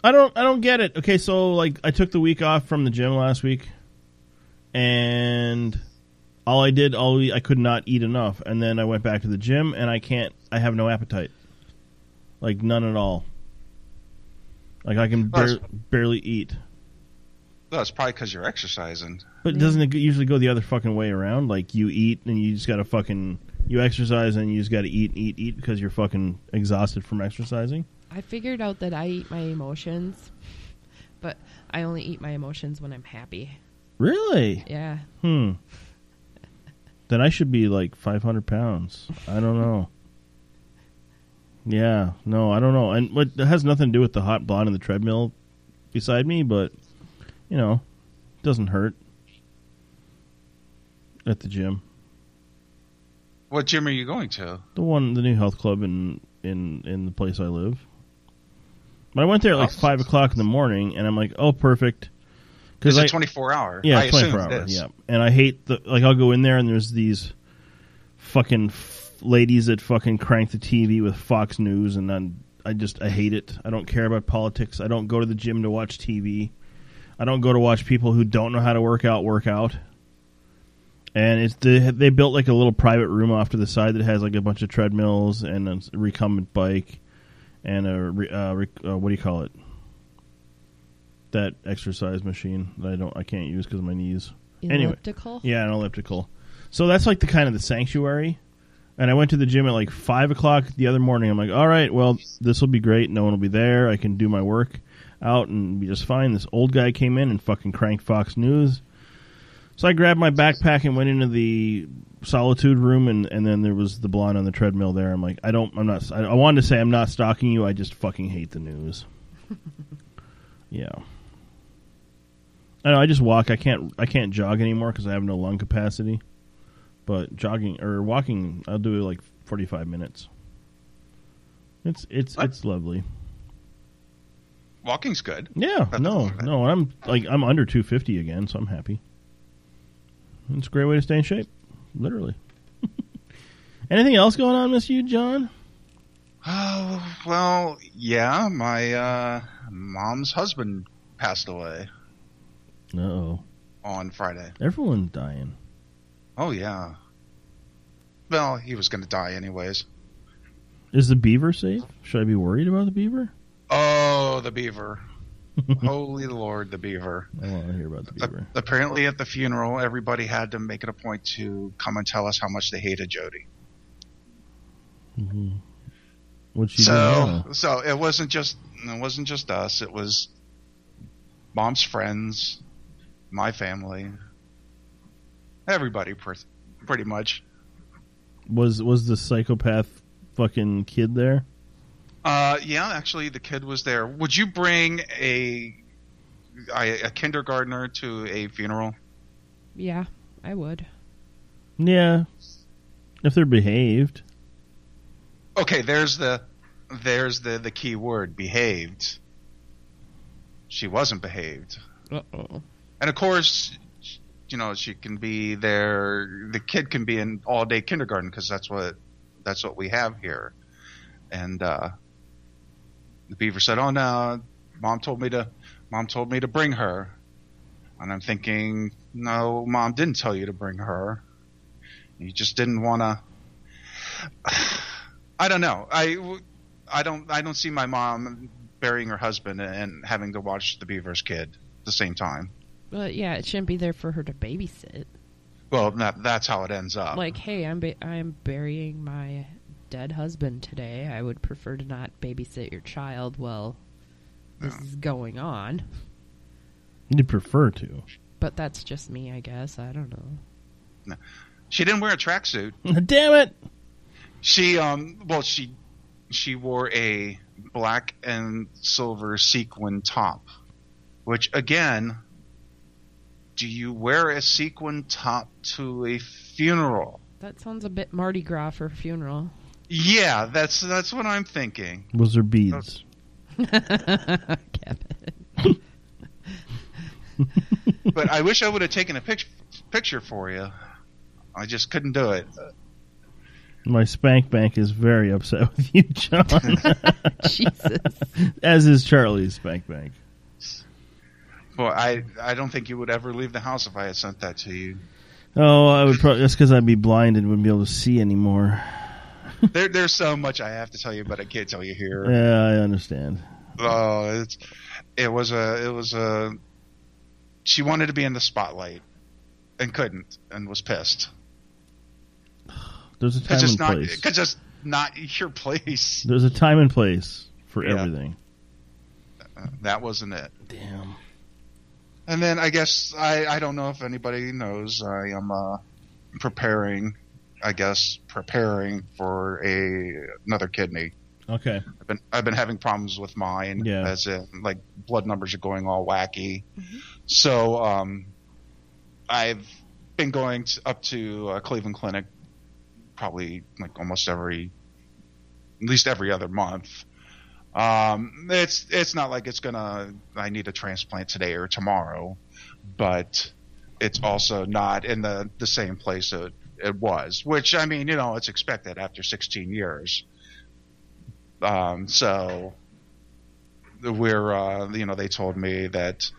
S3: I don't I don't get it. Okay, so like I took the week off from the gym last week and all I did all we- I could not eat enough and then I went back to the gym and I can't I have no appetite. Like none at all. Like I can
S5: Nice.
S3: bar- barely eat.
S5: That's probably because you're exercising.
S3: But doesn't it usually go the other fucking way around? Like you eat and you just got to fucking you exercise and you just got to eat and eat eat because you're fucking exhausted from exercising.
S4: I figured out that I eat my emotions. but I only eat my emotions when I'm happy.
S3: Really?
S4: Yeah.
S3: Hmm. Then I should be like 500 pounds. I don't know. Yeah, no, I don't know. And but it has nothing to do with the hot blonde and the treadmill beside me, but you know, it doesn't hurt at the gym.
S5: What gym are you going to?
S3: The one, the new health club in in in the place I live. But I went there at like
S5: Oh.
S3: five o'clock in the morning, and I'm like, oh, perfect.
S5: Is
S3: I-
S5: it 24 hour?
S3: yeah,
S5: I
S3: it's 24
S5: assume it
S3: hour.
S5: is.
S3: Yeah, and I hate the like. I'll go in there and there's these fucking f- ladies that fucking crank the TV with Fox News, and i I just I hate it. I don't care about politics. I don't go to the gym to watch TV. I don't go to watch people who don't know how to work out work out. And it's the, they built like a little private room off to the side that has like a bunch of treadmills and a recumbent bike and a re, uh, re, uh, what do you call it? That exercise machine that I don't I can't use because of my knees. Anyway,
S4: Elliptical?
S3: yeah, an elliptical. So that's like the kind of the sanctuary. And I went to the gym at like five o'clock the other morning. I'm like, all right, well, this will be great. No one will be there. I can do my work out and be just fine. This old guy came in and fucking cranked Fox News. So I grabbed my backpack and went into the solitude room, and, and then there was the blonde on the treadmill there. I'm like, I don't, I'm not, I, I wanted to say I'm not stalking you. I just fucking hate the news. yeah. I know. I just walk. I can't, I can't jog anymore because I have no lung capacity. But jogging or walking, I'll do like 45 minutes. It's, it's,
S5: What?
S3: it's lovely.
S5: Walking's good.
S3: Yeah,
S5: That's
S3: no,
S5: all right.
S3: no. I'm like I'm under 250 again, so I'm happy. It's a great way to stay in shape, literally. Anything else going on, Miss You, John?
S5: Oh, well, yeah, my uh, mom's husband passed away
S3: Uh oh,
S5: on Friday.
S3: everyone's dying.
S5: Oh, yeah. Well, he was going to die anyways.
S3: Is the beaver safe? Should I be worried about the beaver?
S5: Oh, the beaver. Holy Lord, the beaver.
S3: I don't want to hear about
S5: Uh,
S3: the beaver.
S5: Apparently, at the funeral, everybody had to make it a point to come and tell us how much they hated Jody.
S3: What'd she do?
S5: so,
S3: now?
S5: so it wasn't just it wasn't just us. It was mom's friends, my family, everybody, per- pretty much.
S3: Was was the psychopath fucking kid there?
S5: Uh, yeah, actually, the kid was there. Would you bring a I- a kindergartner to a funeral?
S4: Yeah, I would.
S3: Yeah, if they're behaved.
S5: Okay, there's the there's the the key word behaved. She wasn't behaved.
S4: Uh oh.
S5: and of course you know she can be there the kid can be in all day kindergarten because that's what that's what we have here and uh the beaver said oh no mom told me to mom told me to bring her and i'm thinking no mom didn't tell you to bring her you just didn't want to i don't know i w- i don't i don't see my mom burying her husband and having to watch the beaver's kid at the same time
S4: Well, yeah, it shouldn't be there for her to babysit.
S5: Well, that, that's how it ends
S3: Uh-uh.
S5: up.
S4: Like, hey, I'm ba- I'm burying my dead husband today. I would prefer to not babysit your child while this
S3: Uh-uh.
S4: is going on.
S3: You'd prefer to.
S4: But that's just me, I guess. I don't know.
S5: she didn't wear a tracksuit.
S3: Damn it!
S5: She um well she she wore a black and silver sequin top, which again, do you wear a sequin top to a funeral?
S4: That sounds a bit Mardi Gras for a funeral.
S5: Yeah, that's that's what I'm thinking.
S3: Was there beads?
S4: Kevin.
S5: But I wish I would have taken a pic- picture for you. I just couldn't do it.
S3: My spank bank is very upset with you, John.
S4: Jesus.
S3: As is Charlie's Spank Bank.
S5: Boy, I I don't think you would ever leave the house if I had sent that to you.
S3: Oh, I would probably. That's because I'd be blind and wouldn't be able to see anymore.
S5: There, there's so much I have to tell you, but I can't tell you here.
S3: Yeah, I understand.
S5: Oh, it's it was a it was a. She wanted to be in the spotlight, and couldn't, and was pissed
S3: There's a time
S5: because it's
S3: and
S5: not
S3: place.
S5: because it's not your place.
S3: There's a time and place for
S5: Yeah.
S3: everything.
S5: Uh, that wasn't it.
S3: Damn.
S5: And then I guess I, I don't know if anybody knows. I am uh, preparing, I guess, preparing for a another kidney.
S3: Okay.
S5: I've been I've been having problems with mine.
S3: Yeah.
S5: As in, like blood numbers are going all wacky. So um, I've been going to, up to uh, Cleveland Clinic probably like almost every, at least every other month. Um, it's it's not like it's gonna. I need a transplant today or tomorrow, but it's also not in the the same place it, it was. Which I mean, you know, it's expected after 16 years. Um, so we're uh, you know they told me that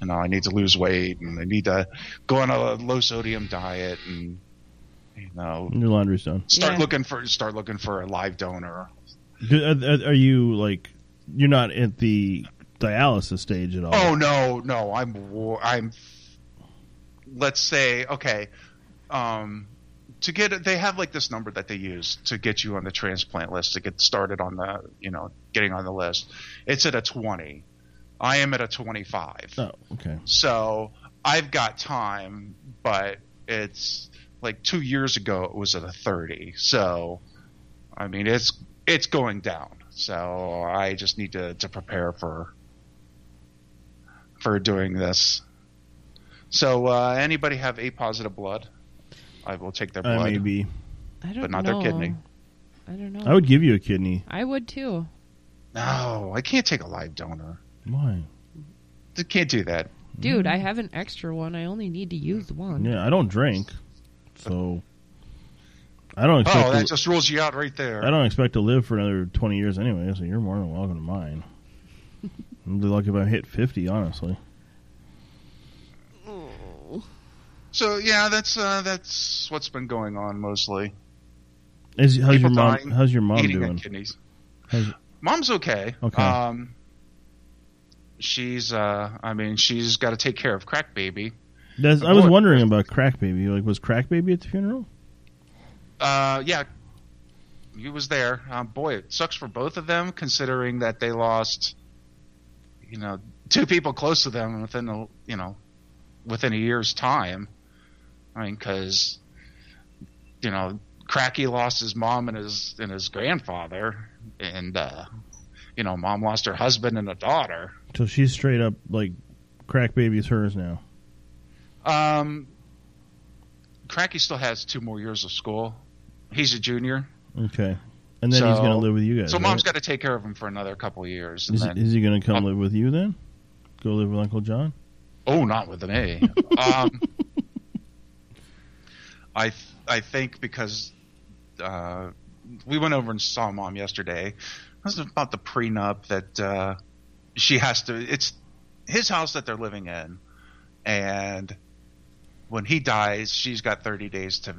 S5: you know I need to lose weight and I need to go on a low sodium diet and you know
S3: Your laundry's done.
S5: start
S4: Yeah.
S5: looking for start looking for a live donor
S3: Do, are, are- are you like you're not at the dialysis stage at all?
S5: Oh no, no, I'm war- I'm. Let's say okay, um, to get it- they have like this number that they use to get you on the transplant list to get started on the you know getting on the list. It's at a twenty. I am at a twenty-five.
S3: Oh, okay.
S5: So I've got time, but it's like two years ago it was at a thirty. So I mean it's it's going down. So I just need to, to prepare for for doing this. So uh, anybody have A positive blood? I will take their
S3: Uh,
S5: blood.
S3: maybe.
S4: I don't
S5: But not their
S4: know.
S5: kidney.
S4: I don't know.
S3: I would give you a kidney.
S4: I would too.
S5: No, I can't take a live donor.
S3: Why?
S5: I can't do that.
S4: Dude,
S3: Mm.
S4: I have an extra one. I only need to use one.
S3: Yeah, I don't drink, so I don't expect.
S5: Oh,
S3: to,
S5: that just rules you out right there.
S3: I don't expect to live for another twenty years anyway. So you're more than welcome to mine. I'm be lucky if I hit fifty, honestly.
S5: So yeah, that's uh, that's what's been going on mostly.
S3: Is, how's
S5: People
S3: your mom?
S5: dying,
S3: how's your mom
S5: eating
S3: doing?
S5: the kidneys.
S3: How's-
S5: Mom's okay.
S3: Okay.
S5: Um, she's uh, I mean, she's got to take care of crack baby.
S3: That's- I was wondering about Crack Baby. Like, was Crack Baby at the funeral?
S5: Uh, yeah, he was there. Um, boy, it sucks for both of them considering that they lost, you know, two people close to them within a you know, within a year's time. I mean, because you know, Cracky lost his mom and his and his grandfather, and uh, you know, mom lost her husband and a daughter.
S3: So she's straight up like Crack Baby's hers now.
S5: Um, Cracky still has two more years of school. He's a junior,
S3: Okay, and then he's
S5: So-
S3: gonna live with you guys.
S5: so mom's
S3: right?
S5: got to take care of him for another couple of years. And
S3: Is,
S5: then,
S3: is he gonna come
S5: Um,
S3: live with you then? Go live with Uncle John?
S5: oh, not with me. um, I th- I think because uh, we went over and saw mom yesterday. It was about the prenup that uh, she has to. It's his house that they're living in, and when he dies, she's got thirty days to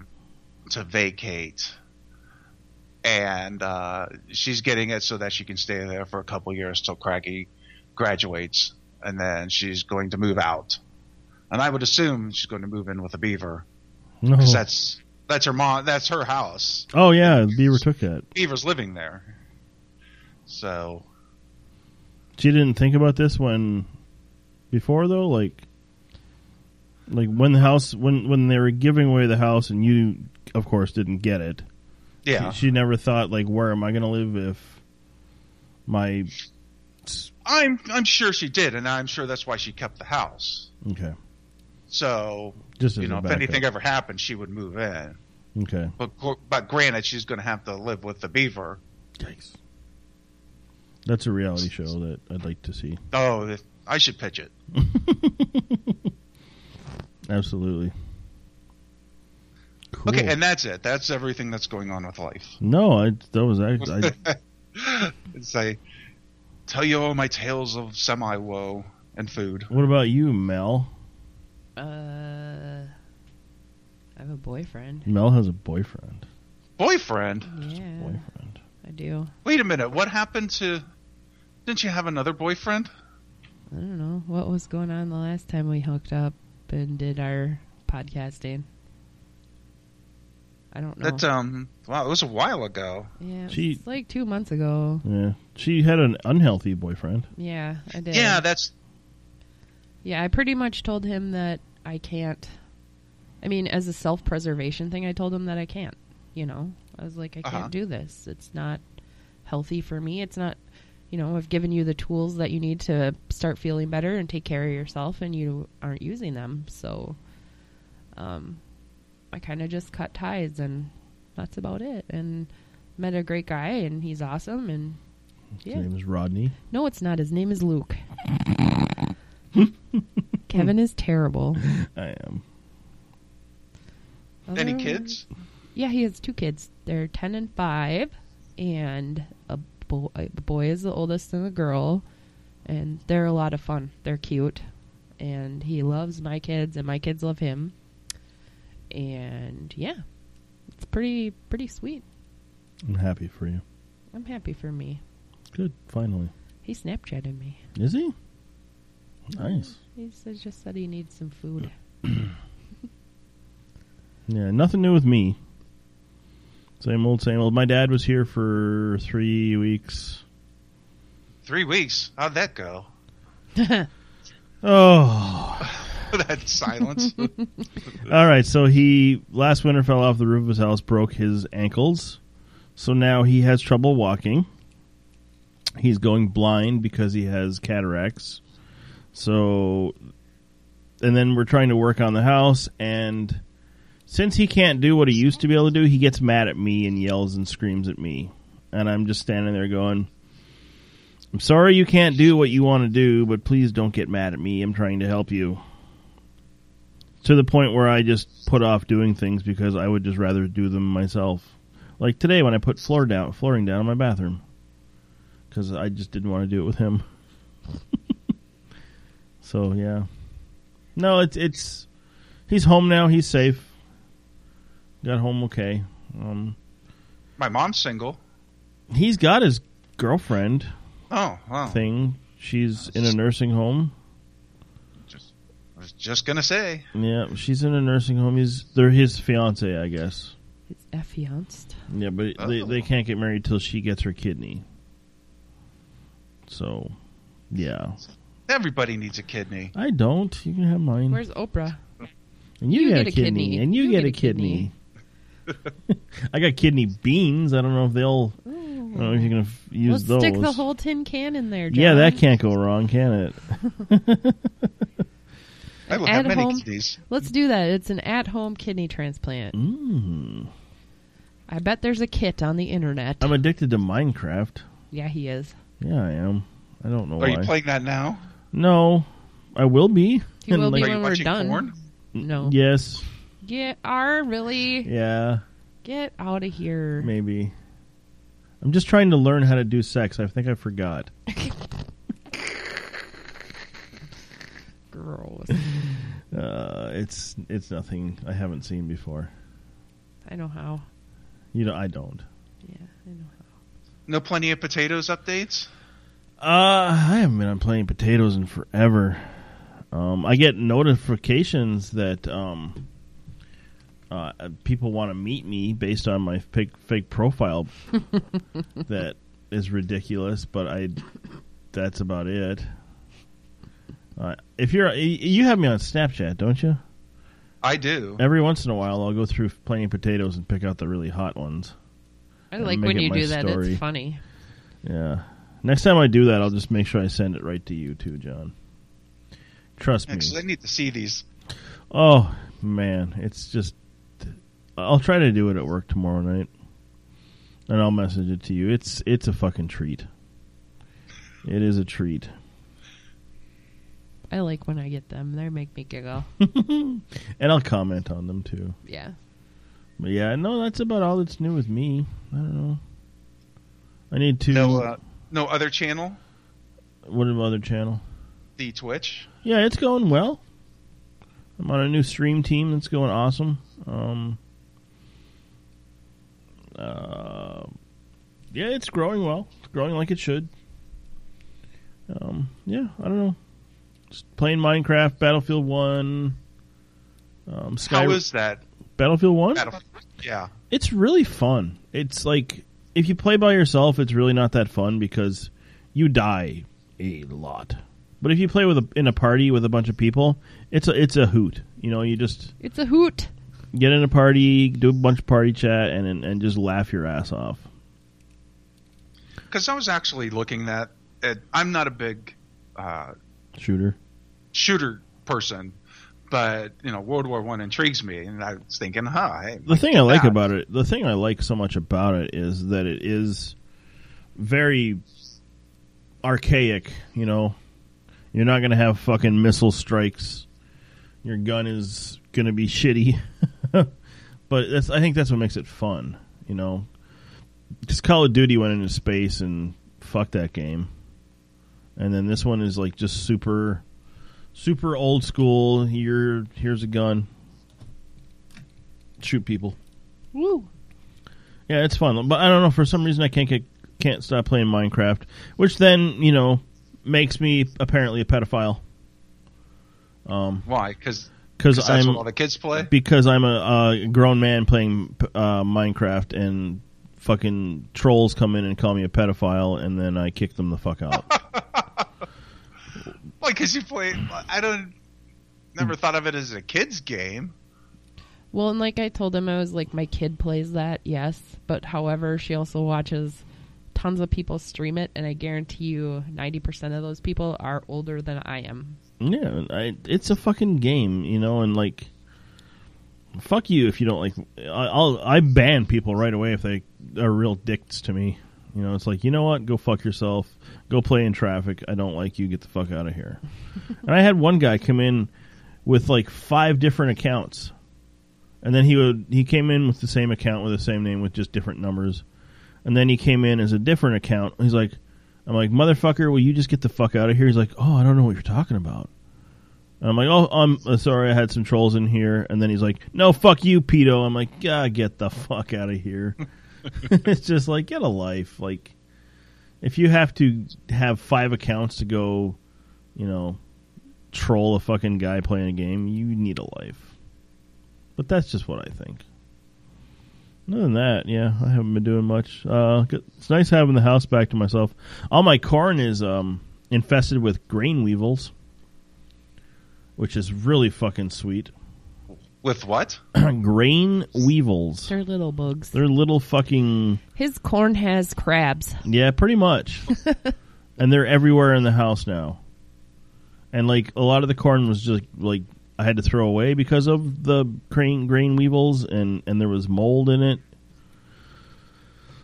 S5: to vacate. And uh, she's getting it so that she can stay there for a couple years till Craggy graduates, and then she's going to move out. And I would assume she's going to move in with a beaver
S3: No.
S5: because that's that's her mom. That's her house.
S3: oh yeah, Beaver took that.
S5: Beaver's living there. So
S3: She didn't think about this when before though, like like when the house when when they were giving away the house and you of course didn't get it.
S5: yeah,
S3: She, she never thought like where am I going to live if my
S5: I'm I'm sure she did, and I'm sure that's why she kept the house.
S3: okay.
S5: So
S3: Just as
S5: you
S3: a
S5: know, if
S3: backup.
S5: anything ever happened, she would move in.
S3: Okay.
S5: But gr- but granted, she's going to have to live with the beaver.
S3: That's a reality show that I'd like to see.
S5: Oh, th- I should pitch it.
S3: Absolutely. Cool.
S5: Okay, and that's it. That's everything that's going on with life.
S3: no, I that was actually I,
S5: It's like tell you all my tales of semi woe and food.
S3: What about you, Mel?
S4: Uh, I have a boyfriend.
S3: Mel has a boyfriend.
S5: Boyfriend.
S4: Yeah,
S3: Boyfriend.
S4: I do.
S5: Wait a minute. What happened to? Didn't you have another boyfriend?
S4: I don't know what was going on the last time we hooked up and did our podcasting. I don't know.
S5: That's um. Wow, it was a while ago.
S4: yeah,
S3: She-
S4: it's like two months ago.
S3: Yeah. She had an unhealthy boyfriend.
S4: Yeah, I did.
S5: Yeah, that's
S4: Yeah, I pretty much told him that I can't. I mean, as a self preservation thing, I told him that I can't. You know, I was like, I can't
S5: Uh-huh.
S4: do this. It's not healthy for me. It's not, you know, I've given you the tools that you need to start feeling better and take care of yourself, and you aren't using them. So, um, I kind of just cut ties, and that's about it. And met a great guy, and he's awesome. And
S3: His
S4: yeah,
S3: name is Rodney.
S4: no, it's not. His name is Luke. Kevin is terrible.
S3: I am.
S5: any
S4: Other-
S5: kids?
S4: Yeah, he has two kids. They're 10 and 5, and a boy, the boy is the oldest and a girl, and they're a lot of fun. They're cute, and he loves my kids, and my kids love him. And yeah, it's pretty pretty sweet.
S3: I'm happy for you.
S4: I'm happy for me.
S3: Good. Finally.
S4: He Snapchatted me.
S3: Is he? Nice.
S4: He said, just said he needs some food.
S3: Yeah, nothing new with me. Same old, same old. My dad was here for three weeks.
S5: Three weeks. How'd that go?
S3: Oh,
S5: that silence.
S3: all right. So he last winter fell off the roof of his house, broke his ankles, so now he has trouble walking. He's going blind because he has cataracts. So, and then we're trying to work on the house, and since he can't do what he used to be able to do, he gets mad at me and yells and screams at me, and I'm just standing there going. I'm sorry you can't do what you want to do, but please don't get mad at me. I'm trying to help you to the point where I just put off doing things because I would just rather do them myself. Like today when I put floor down, flooring down in my bathroom because I just didn't want to do it with him. so yeah, no, it's it's he's home now. He's safe. Got home okay. Um,
S5: My mom's single.
S3: he's got his girlfriend
S5: Oh, wow.
S3: thing. She's in a nursing home.
S5: I was just gonna say.
S3: Yeah, she's in a nursing home. He's they're his fiance, I guess.
S4: He's affianced.
S3: Yeah, but they,
S5: Oh.
S3: they can't get married till she gets her kidney. So, yeah,
S5: Everybody needs a kidney.
S3: I don't. You can have mine,
S4: Where's Oprah?
S3: and you, get, a kidney, and you, get, a kidney. I got kidney beans. I don't know if they'll. I don't know if you're gonna f- use
S4: Let's
S3: those.
S4: stick the whole tin can in there. John.
S3: yeah, that can't go wrong, can it?
S5: I don't
S4: At
S5: have many
S4: home-
S5: kidneys.
S4: Let's do that. It's an at-home kidney transplant.
S3: Mm.
S4: I bet there's a kit on the internet.
S3: I'm addicted to Minecraft.
S4: yeah, he is.
S3: Yeah, I am. I don't know
S5: Are
S3: why.
S5: you playing that now?
S3: no, I will be.
S4: He will
S5: Are
S4: be
S3: Like-
S5: you
S4: when we're
S5: watching
S4: done.
S5: porn?
S4: No.
S3: Yes.
S4: Get are really
S3: Yeah.
S4: get out of here.
S3: Maybe. I'm just trying to learn how to do sex. I think I forgot.
S4: Gross.
S3: Uh, it's it's nothing I haven't seen before.
S4: I know how.
S3: You know, I don't.
S4: Yeah, I know how.
S5: No plenty of potatoes updates.
S3: Uh, I haven't been on playing potatoes in forever. Um, I get notifications that um, uh, people want to meet me based on my fake fake profile. that is ridiculous, but I that's about it. Uh, if you're you- you have me on Snapchat, don't you?
S5: I do.
S3: Every once in a while, I'll go through playing potatoes and pick out the really hot ones.
S4: I
S3: Gotta
S4: like
S3: make
S4: when
S3: it
S4: you
S3: my
S4: do that.
S3: story.
S4: It's funny.
S3: Yeah. Next time I do that, I'll just make sure I send it right to you too, John. Trust me.
S5: Because I need to see these.
S3: Oh man, it's just. I'll try to do it at work tomorrow night, and I'll message it to you. It's it's a fucking treat. It is a treat.
S4: I like when I get them. They make me giggle.
S3: And I'll comment on them too.
S4: Yeah.
S3: But yeah, no, that's about all that's new with me. I don't know. I need to.
S5: No, uh, no other channel.
S3: what about other channel?
S5: The Twitch.
S3: Yeah, it's going well. I'm on a new stream team that's going awesome. Um, uh, yeah, it's growing well. It's growing like it should. Um, yeah, I don't know. Just playing Minecraft, Battlefield One. Um, Sky
S5: How is that?
S3: Battlefield One?
S5: Battlefield? Yeah.
S3: It's really fun. It's like if you play by yourself, it's really not that fun because you die a lot. But if you play with a, in a party with a bunch of people, it's a it's a hoot. You know, you just
S4: It's a hoot.
S3: get in a party, do a bunch of party chat, and and, and just laugh your ass off.
S5: Because I was actually looking that at, I'm not a big uh,
S3: Shooter.
S5: shooter person, but you know World War One intrigues me, and I was thinking, huh? Hey,
S3: the thing I like
S5: that.
S3: about it, the thing I like so much about it is that it is very archaic. You know, you're not going to have fucking missile strikes. Your gun is going to be shitty, but that's, I think that's what makes it fun. You know, because Call of Duty went into space and fuck that game, and then this one is like just super, super old school. Here, here's a gun, shoot people.
S4: Woo.
S3: Yeah, it's fun, but I don't know. For some reason, I can't get, can't stop playing Minecraft, which then you know makes me apparently a pedophile
S5: Why? Because
S3: because
S5: that's what
S3: I'm
S5: all the kids play.
S3: because I'm a, uh grown man playing uh, Minecraft and fucking trolls come in and call me a pedophile, and then I kick them the fuck out.
S5: Why? Because you play. I don't. Never thought of it as a kids game.
S4: Well, and like I told him, I was like, my kid plays that, yes. But however, she also watches tons of people stream it, and I guarantee you 90% of those people are older than I am.
S3: yeah, and I, it's a fucking game, you know, and like. Fuck you if you don't like. I- I'll I ban people right away if they are real dicks to me. You know, it's like you know what, go fuck yourself. Go play in traffic. I don't like you. Get the fuck out of here. and I had one guy come in with like five different accounts, and then he would he came in with the same account with the same name with just different numbers, and then he came in as a different account. He's like, I'm like motherfucker, will you just get the fuck out of here? He's like, oh, I don't know what you're talking about. And I'm like, oh, I'm uh, sorry, I had some trolls in here. And then he's like, no, fuck you, pedo. I'm like, ah, get the fuck out of here. it's just like, get a life. Like, if you have to have five accounts to go, you know, troll a fucking guy playing a game, you need a life. But that's just what I think. Other than that, yeah, I haven't been doing much. Uh, good- it's nice having the house back to myself. All my corn is um, infested with grain weevils which is really fucking sweet.
S5: With what?
S3: Grain weevils.
S4: They're little bugs.
S3: They're little fucking
S4: His corn has crabs.
S3: yeah, pretty much. and they're everywhere in the house now. And like a lot of the corn was just like I had to throw away because of the grain grain weevils and and there was mold in it.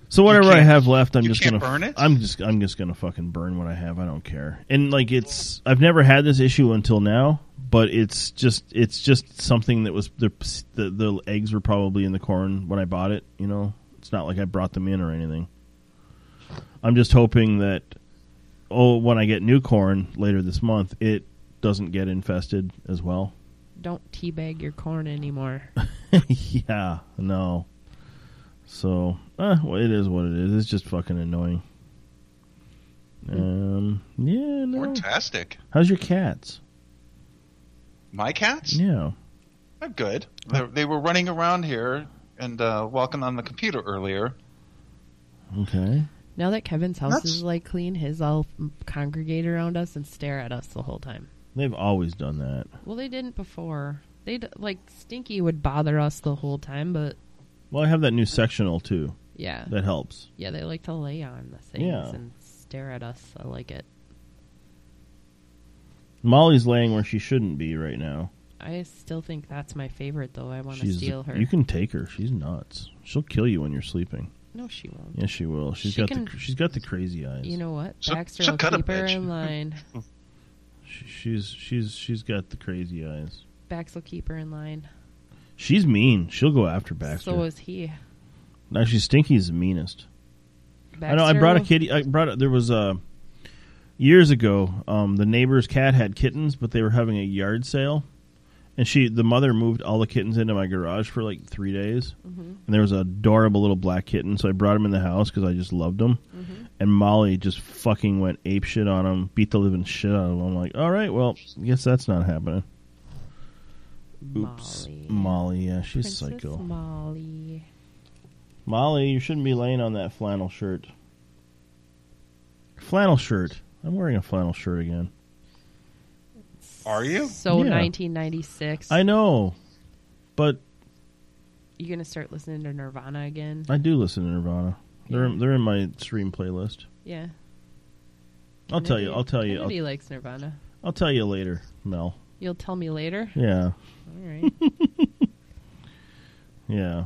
S3: So whatever I
S5: can't-
S3: have left, I'm
S5: you
S3: just
S5: can't
S3: gonna
S5: burn it?
S3: I'm just I'm just gonna fucking burn what I have. I don't care. And like it's I've never had this issue until now, but it's just it's just something that was the the, the eggs were probably in the corn when I bought it. You know, it's not like I brought them in or anything. I'm just hoping that oh, when I get new corn later this month, it doesn't get infested as well.
S4: Don't teabag your corn anymore.
S3: yeah, no. So, eh, well, it is what it is. It's just fucking annoying. Um, yeah, no.
S5: Fantastic.
S3: How's your cats?
S5: My cats?
S3: Yeah.
S5: They're good. They're, they were running around here and uh, walking on the computer earlier.
S3: Okay.
S4: Now that Kevin's house
S5: That's-
S4: is like clean, his all congregate around us and stare at us the whole time.
S3: They've always done that.
S4: Well, they didn't before. They would like Stinky would bother us the whole time, but
S3: Well, I have that new sectional too.
S4: yeah,
S3: That helps.
S4: yeah, they like to lay on the things
S3: Yeah.
S4: and stare at us. I like it.
S3: Molly's laying where she shouldn't be right now.
S4: I still think that's my favorite, though. I want to
S3: She's
S4: steal her.
S3: You can take her. She's nuts. She'll kill you when you're sleeping.
S4: no, she won't.
S3: Yes, she will. She's
S4: She
S3: got
S4: can-
S3: the she's got the crazy eyes.
S4: You know what?
S5: She'll-
S4: Baxter
S5: she'll
S4: will
S5: cut a
S4: keep her
S5: bitch.
S4: in line.
S3: She- she's she's she's got the crazy eyes.
S4: Bax will keep her in line.
S3: She's mean. She'll go after Baxter.
S4: So is he.
S3: Actually, Stinky's the meanest.
S4: Baxter
S3: I know. I brought a
S4: will-
S3: kitty. I brought. A, there was a years ago. Um, the neighbor's cat had kittens, but they were having a yard sale, and she, the mother, moved all the kittens into my garage for like three days. And there was an adorable little black kitten, so I brought him in the house because I just loved him. And Molly just fucking went ape shit on him, beat the living shit out of him. I'm like, all right, well, I guess that's not happening. Oops.
S4: Molly.
S3: Molly, yeah, she's
S4: Princess
S3: psycho.
S4: Molly.
S3: Molly, you shouldn't be laying on that flannel shirt. Flannel shirt. I'm wearing a flannel shirt again.
S5: Are you?
S4: So
S3: Yeah.
S4: 1996.
S3: I know, but
S4: you gonna start listening to Nirvana again?
S3: I do listen to Nirvana. They're they're in my stream playlist.
S4: Yeah.
S3: I'll tell you.
S4: Kennedy-
S3: I'll tell you. I'll,
S4: Kennedy likes Nirvana.
S3: I'll tell you later, Mel.
S4: You'll tell me later.
S3: Yeah,
S4: All right.
S3: yeah,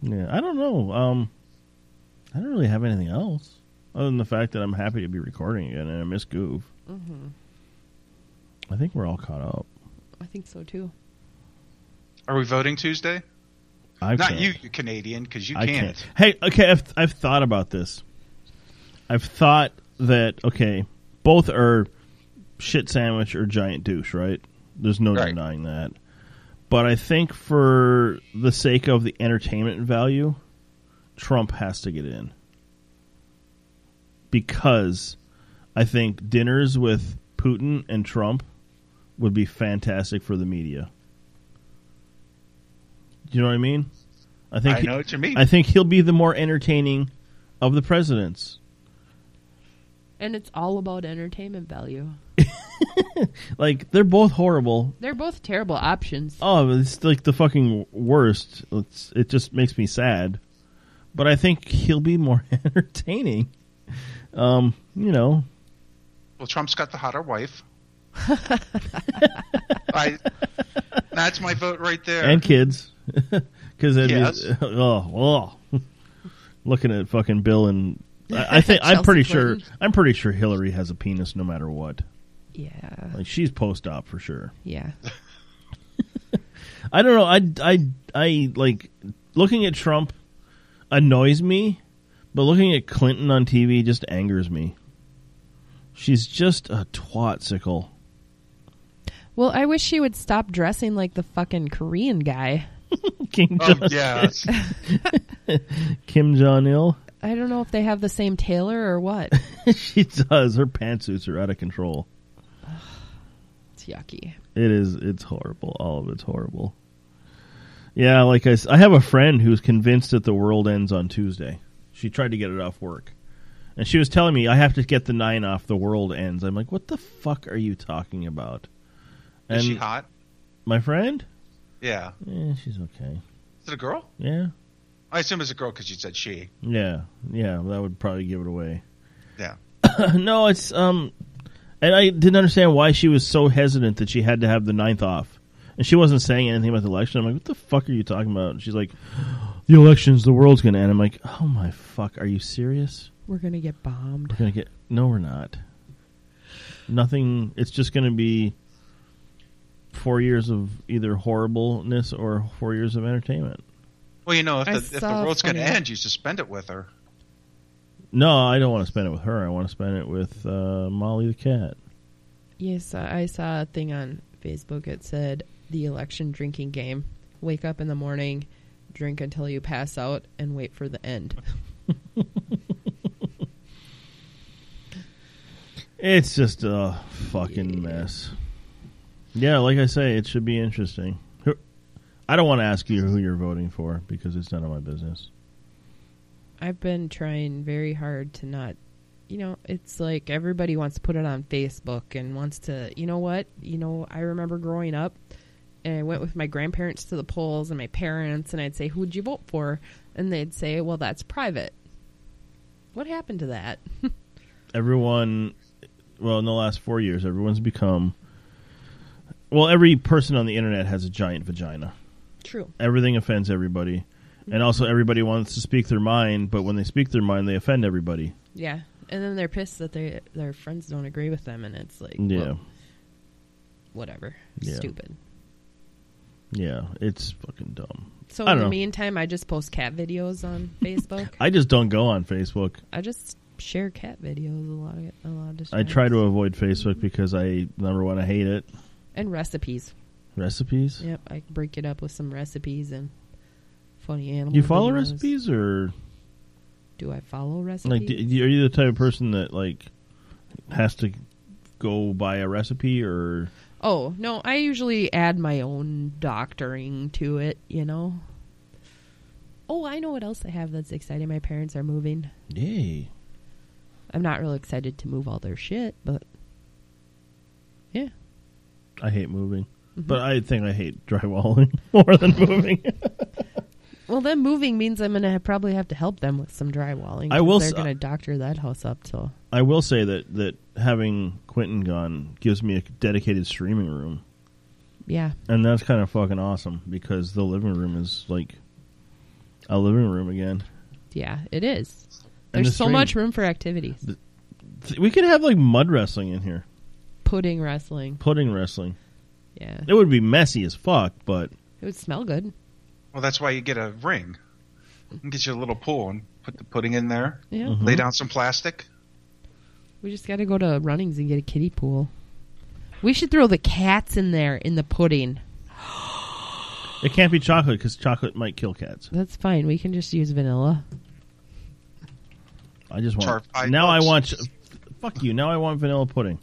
S3: yeah. I don't know. Um, I don't really have anything else other than the fact that I'm happy to be recording again, and I miss Goof. I think we're all caught up.
S4: I think so too.
S5: Are we voting Tuesday?
S3: I
S5: Not
S3: can't.
S5: you, you Canadian, because you
S3: I
S5: can't.
S3: can't. Hey, okay, I've I've thought about this. I've thought that okay, both are shit sandwich or giant douche, right? There's no
S5: Right.
S3: denying that. But I think for the sake of the entertainment value, Trump has to get in. Because I think dinners with Putin and Trump would be fantastic for the media. Do you know what I mean? I think
S5: I know what you mean.
S3: I think he'll be the more entertaining of the presidents.
S4: And it's all about entertainment value.
S3: Like they're both horrible.
S4: They're both terrible options.
S3: Oh, it's like the fucking worst. It's, it just makes me sad. But I think he'll be more entertaining. Um, you know,
S5: Well, Trump's got the hotter wife. I, that's my vote right there.
S3: and kids, because
S5: Yes.
S3: uh, oh, oh. looking at fucking Bill and I, I think I'm pretty
S4: Chelsea
S3: sure
S4: Clinton.
S3: I'm pretty sure Hillary has a penis no matter what.
S4: Yeah.
S3: Like she's post-op for sure.
S4: Yeah.
S3: I don't know. I, I, I like looking at Trump annoys me, but looking at Clinton on TV just angers me. She's just a twat sickle.
S4: Well, I wish she would stop dressing like the fucking Korean guy.
S3: King
S5: Oh,
S3: Jong,
S5: yeah.
S3: Kim Jong Il.
S4: I don't know if they have the same tailor or what.
S3: she does. Her pantsuits are out of control.
S4: It's yucky.
S3: It is. It's horrible. All of it's horrible. Yeah, like I, s- I have a friend who's convinced that the world ends on Tuesday. She tried to get it off work, and she was telling me I have to get the nine off. The world ends. I'm like, what the fuck are you talking about? And
S5: Is she hot?
S3: my friend,
S5: Yeah.
S3: yeah, she's okay.
S5: Is it a girl?
S3: Yeah,
S5: I assume it's a girl because you said she.
S3: yeah, yeah. That would probably give it away.
S5: Yeah.
S3: no, it's um, and I didn't understand why she was so hesitant that she had to have the ninth off, and she wasn't saying anything about the election. I'm like, what the fuck are you talking about? And she's like, the election's the world's gonna end. I'm like, oh my fuck, are you serious?
S4: We're gonna get bombed.
S3: We're gonna get no, we're not. Nothing. It's just gonna be four years of either horribleness or four years of entertainment.
S5: Well, you know, if
S4: I
S5: the, if the
S4: saw a
S5: world's going to
S4: funny-
S5: end, you just spend it with her.
S3: No, I don't want to spend it with her. I want to spend it with uh, Molly the cat.
S4: Yes, uh, I saw a thing on Facebook. It said the election drinking game. Wake up in the morning, drink until you pass out, and wait for the end.
S3: It's just a fucking mess. Yeah, like I say, it should be interesting. Who- I don't want to ask you who you're voting for because it's none of my business.
S4: I've been trying very hard to not, you know, it's like everybody wants to put it on Facebook and wants to, you know what? You know, I remember growing up and I went with my grandparents to the polls and my parents and I'd say, who'd you vote for? And they'd say, well, that's private. What happened to that?
S3: Everyone, well, in the last four years, everyone's become. Well, every person on the internet has a giant vagina.
S4: True.
S3: Everything offends everybody. And also, everybody wants to speak their mind, but when they speak their mind, they offend everybody.
S4: Yeah. And then they're pissed that they, their friends don't agree with them and it's like,
S3: Yeah.
S4: well, whatever.
S3: Yeah.
S4: Stupid.
S3: Yeah. It's fucking dumb.
S4: So
S3: I
S4: in
S3: don't
S4: the
S3: know.
S4: meantime, I just post cat videos on Facebook.
S3: I just don't go on Facebook.
S4: I just share cat videos a lot. A lot of
S3: I try to uh, avoid Facebook because I, number one, I hate it.
S4: and recipes.
S3: recipes.
S4: Yep, I break it up with some recipes and funny animals.
S3: You follow recipes, or
S4: Do I follow recipes?
S3: like, do, do- are you the type of person that like has to go buy a recipe, or
S4: Oh, no, I usually add my own doctoring to it, you know. Oh, I know what else I have that's exciting. My parents are moving.
S3: Yay.
S4: I'm not real excited to move all their shit, but yeah.
S3: I hate moving. But I think I hate drywalling more than moving.
S4: Well, them moving means I'm gonna have, probably have to help them with some drywalling.
S3: I
S4: 'cause
S3: will
S4: They're
S3: s- uh,
S4: gonna doctor that house up till.
S3: I will say that, that having Quentin gone gives me a dedicated streaming room.
S4: Yeah,
S3: And that's kind of fucking awesome because the living room is like a living room again.
S4: yeah, it is.
S3: And
S4: There's
S3: the
S4: so
S3: stream-
S4: much room for activities.
S3: Th- We could have like mud wrestling in here,
S4: Pudding wrestling.
S3: pudding wrestling.
S4: Yeah,
S3: It would be messy as fuck, but
S4: it would smell good.
S5: Well, that's why you get a ring. You Get you a little pool and put the pudding in there.
S4: Yeah,
S3: Mm-hmm.
S5: Lay down some plastic.
S4: we just got to go to Runnings and get a kiddie pool. We should throw the cats in there in the pudding.
S3: it can't be chocolate because chocolate might kill cats.
S4: That's fine. We can just use vanilla.
S3: I just want
S5: Char- I-
S3: now. I
S5: oops.
S3: want ch- fuck you. Now I want vanilla pudding.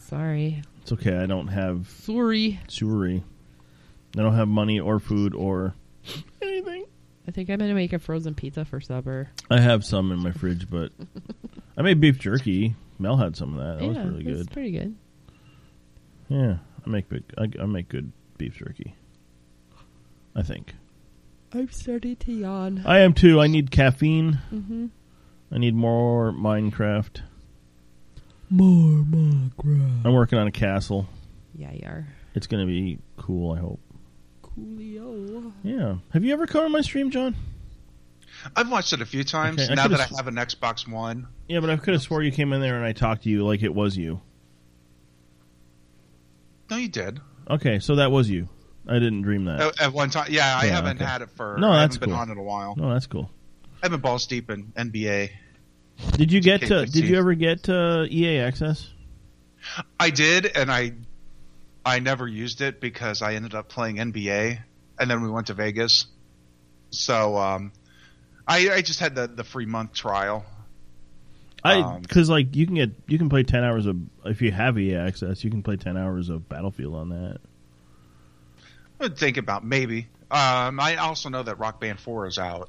S4: Sorry,
S3: It's okay. I don't have
S4: sorry.
S3: sewery. I don't have money or food or anything.
S4: I think I'm gonna make a frozen pizza for supper.
S3: I have some in my fridge, but I made beef jerky. Mel had some of that. That
S4: yeah,
S3: was really
S4: that's
S3: good.
S4: pretty good.
S3: Yeah, I make big. I, I make good beef jerky. I think
S4: I'm starting to yawn.
S3: I am too. I need caffeine.
S4: Mm-hmm.
S3: I need more Minecraft.
S4: More Minecraft.
S3: I'm working on a castle.
S4: Yeah, you are.
S3: It's gonna be cool. I hope.
S4: Coolio.
S3: Yeah. Have you ever come on my stream, John?
S5: I've watched it a few times.
S3: Okay, I
S5: now
S3: could've
S5: that I
S3: sw-
S5: have an Xbox One,
S3: Yeah, but I could have swore you came in there and I talked to you like it was you.
S5: no, you did
S3: Okay, so that was you. I didn't dream that.
S5: at, at one time. Yeah, I
S3: Yeah,
S5: haven't
S3: okay.
S5: had it for.
S3: No,
S5: I
S3: that's
S5: haven't been
S3: cool.
S5: on in a while.
S3: No, Oh, that's cool.
S5: I've been balls deep in NBA.
S3: Did you get? Uh,
S5: Okay,
S3: did you ever get uh, EA access?
S5: I did, and I I never used it because I ended up playing NBA, and then we went to Vegas. So um, I, I just had the, the free month trial.
S3: I
S5: Um,
S3: because like you can get you can play ten hours of if you have EA access you can play ten hours of Battlefield on that.
S5: I would think about maybe. Um, I also know that Rock Band Four is out.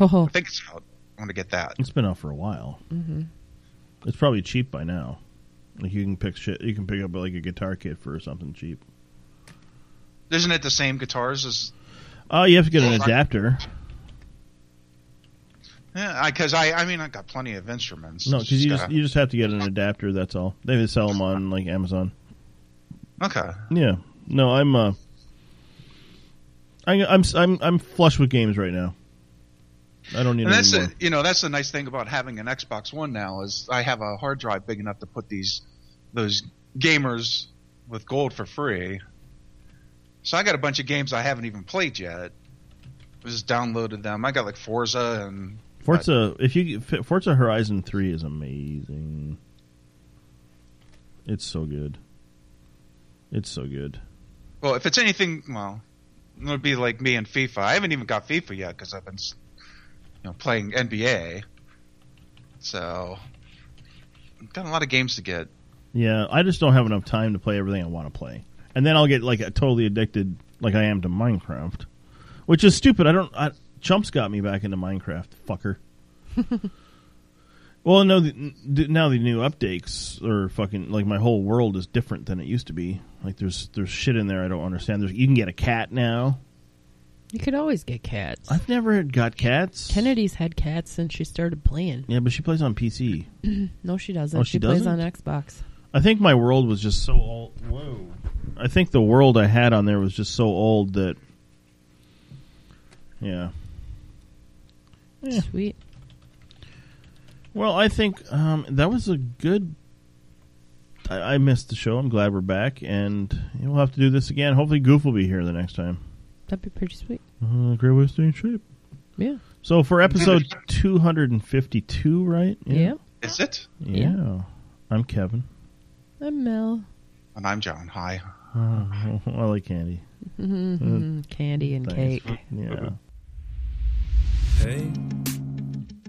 S4: Oh,
S5: I think it's out. I want to get that.
S3: It's been out for a while. Mm-hmm. It's probably cheap by now. Like you can pick shit. You can pick up like a guitar kit for something cheap.
S5: Isn't it the same guitars as?
S3: Oh, you have to get an
S5: Well, I-
S3: adapter.
S5: Yeah, because I, I mean I got plenty of instruments.
S3: No,
S5: It's
S3: because you
S5: just
S3: just
S5: gotta-
S3: you just have to get an adapter. That's all. They sell them on like Amazon.
S5: okay.
S3: Yeah. No, I'm uh I I'm I'm I'm flush with games right now. I don't need
S5: And that's
S3: any
S5: the
S3: more.
S5: you know that's the nice thing about having an Xbox One now is I have a hard drive big enough to put these those gamers with gold for free. So I got a bunch of games I haven't even played yet. I just downloaded them. I got like Forza and
S3: Forza if you get- Forza Horizon 3 is amazing. It's so good. It's so good.
S5: well, if it's anything, well, it would be like me and FIFA. I haven't even got FIFA yet because I've been s- you know playing NBA. So I've got a lot of games to get.
S3: Yeah, I just don't have enough time to play everything I want to play. And then I'll get like totally addicted like I am to Minecraft, which is stupid. I don't I, Chumps got me back into Minecraft, fucker. well, no, the, the- now the new updates are fucking like my whole world is different than it used to be. Like there's there's shit in there I don't understand. There's you can get a cat now.
S4: you could always get cats.
S3: I've never got cats.
S4: Kennedy's had cats since she started playing.
S3: Yeah, but she plays on PC.
S4: No, she doesn't.
S3: Oh, she
S4: she plays on
S3: doesn't?
S4: Xbox.
S3: I think my world was just so old. Whoa. I think the world I had on there was just so old that. Yeah. Yeah.
S4: Sweet.
S3: Well, I think um, that was a good. I, I missed the show. I'm glad we're back, and we'll have to do this again. Hopefully, Goof will be here the next time.
S4: That'd be pretty sweet.
S3: Uh, Great West State Trip.
S4: Yeah.
S3: So for episode 252, right?
S4: Yeah.
S5: Is it?
S3: Yeah. I'm Kevin.
S4: I'm Mel.
S5: And I'm John. Hi.
S3: Oh, I like candy.
S4: Mm, candy and
S3: Thanks.
S4: cake.
S3: Yeah.
S6: Hey,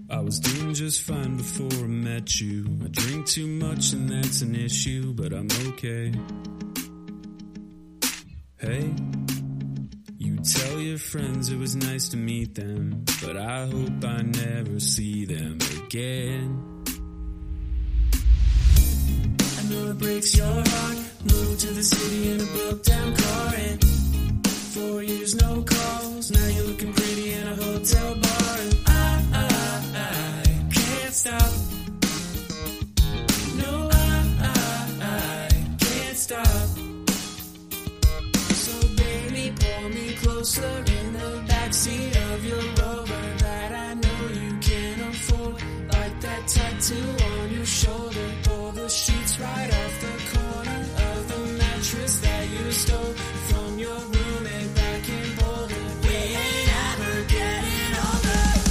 S6: I was doing just fine before I met you. I drink too much and that's an issue, but I'm okay. Hey, you tell your friends it was nice to meet them, but I hope I never see them again. I know it breaks your heart. Moved to the city in a broke down car, and four years no calls. Now you're looking pretty in a hotel bar, and I, I, I can't stop. No, I, I, I can't stop. So baby, pull me closer in the backseat of your Rover that I know you can afford. Like that tattoo on your shoulder, pull the sheets right off the corner of the mattress that you stole from your roommate back in Boulder. We ain't ever getting over.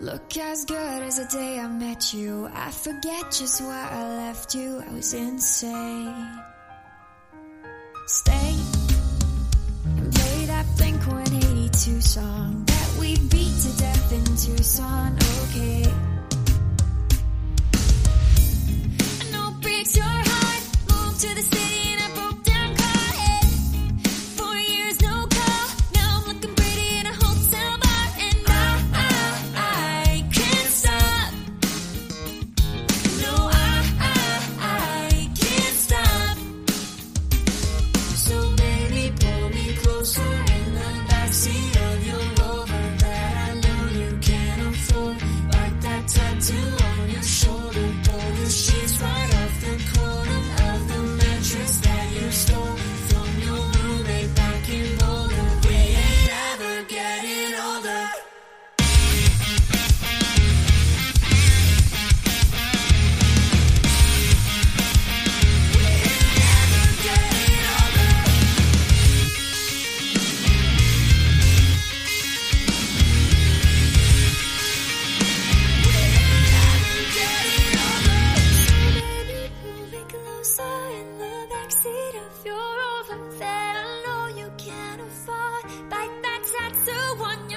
S7: Look as good as the day I met you. I forget just why I left you. I was insane. Stay and play that Blink 182 song that we beat to death in Tucson. Okay. I know it breaks your heart. Moved to the city and I broke down crying. Four years no call. Now I'm looking pretty in a hotel bar, and I, I, I can't stop. No, I, I, I can't stop. So baby, pull me closer in the backseat of your Rover that I know you can afford. Like that tattoo on your shoulder, pull the sheets right off the corner of the mattress that you stole from your roommate back in Boulder. We ain't ever getting older.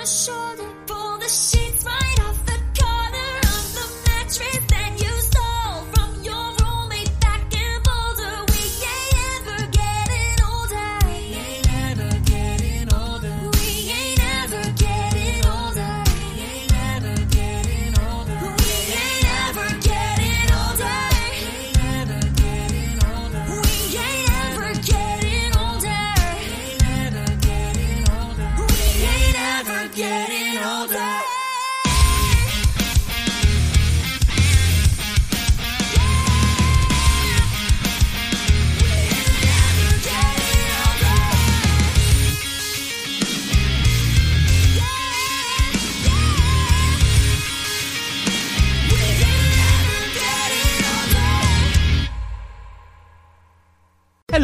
S7: Shoulder, pull the sheets right off the corner of the mattress that you stole from your roommate back in Boulder. We ain't ever getting older. We ain't ever getting older. We ain't ever getting older. We ain't ever getting older. We ain't ever getting older. We ain't ever getting older. We ain't ever getting older. We ain't ever getting older. We ain't ever getting older.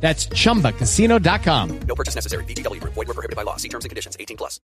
S8: That's chumbacasino.com.
S9: No purchase necessary. VGW Group. Void were prohibited by law. See terms and conditions. 18 plus.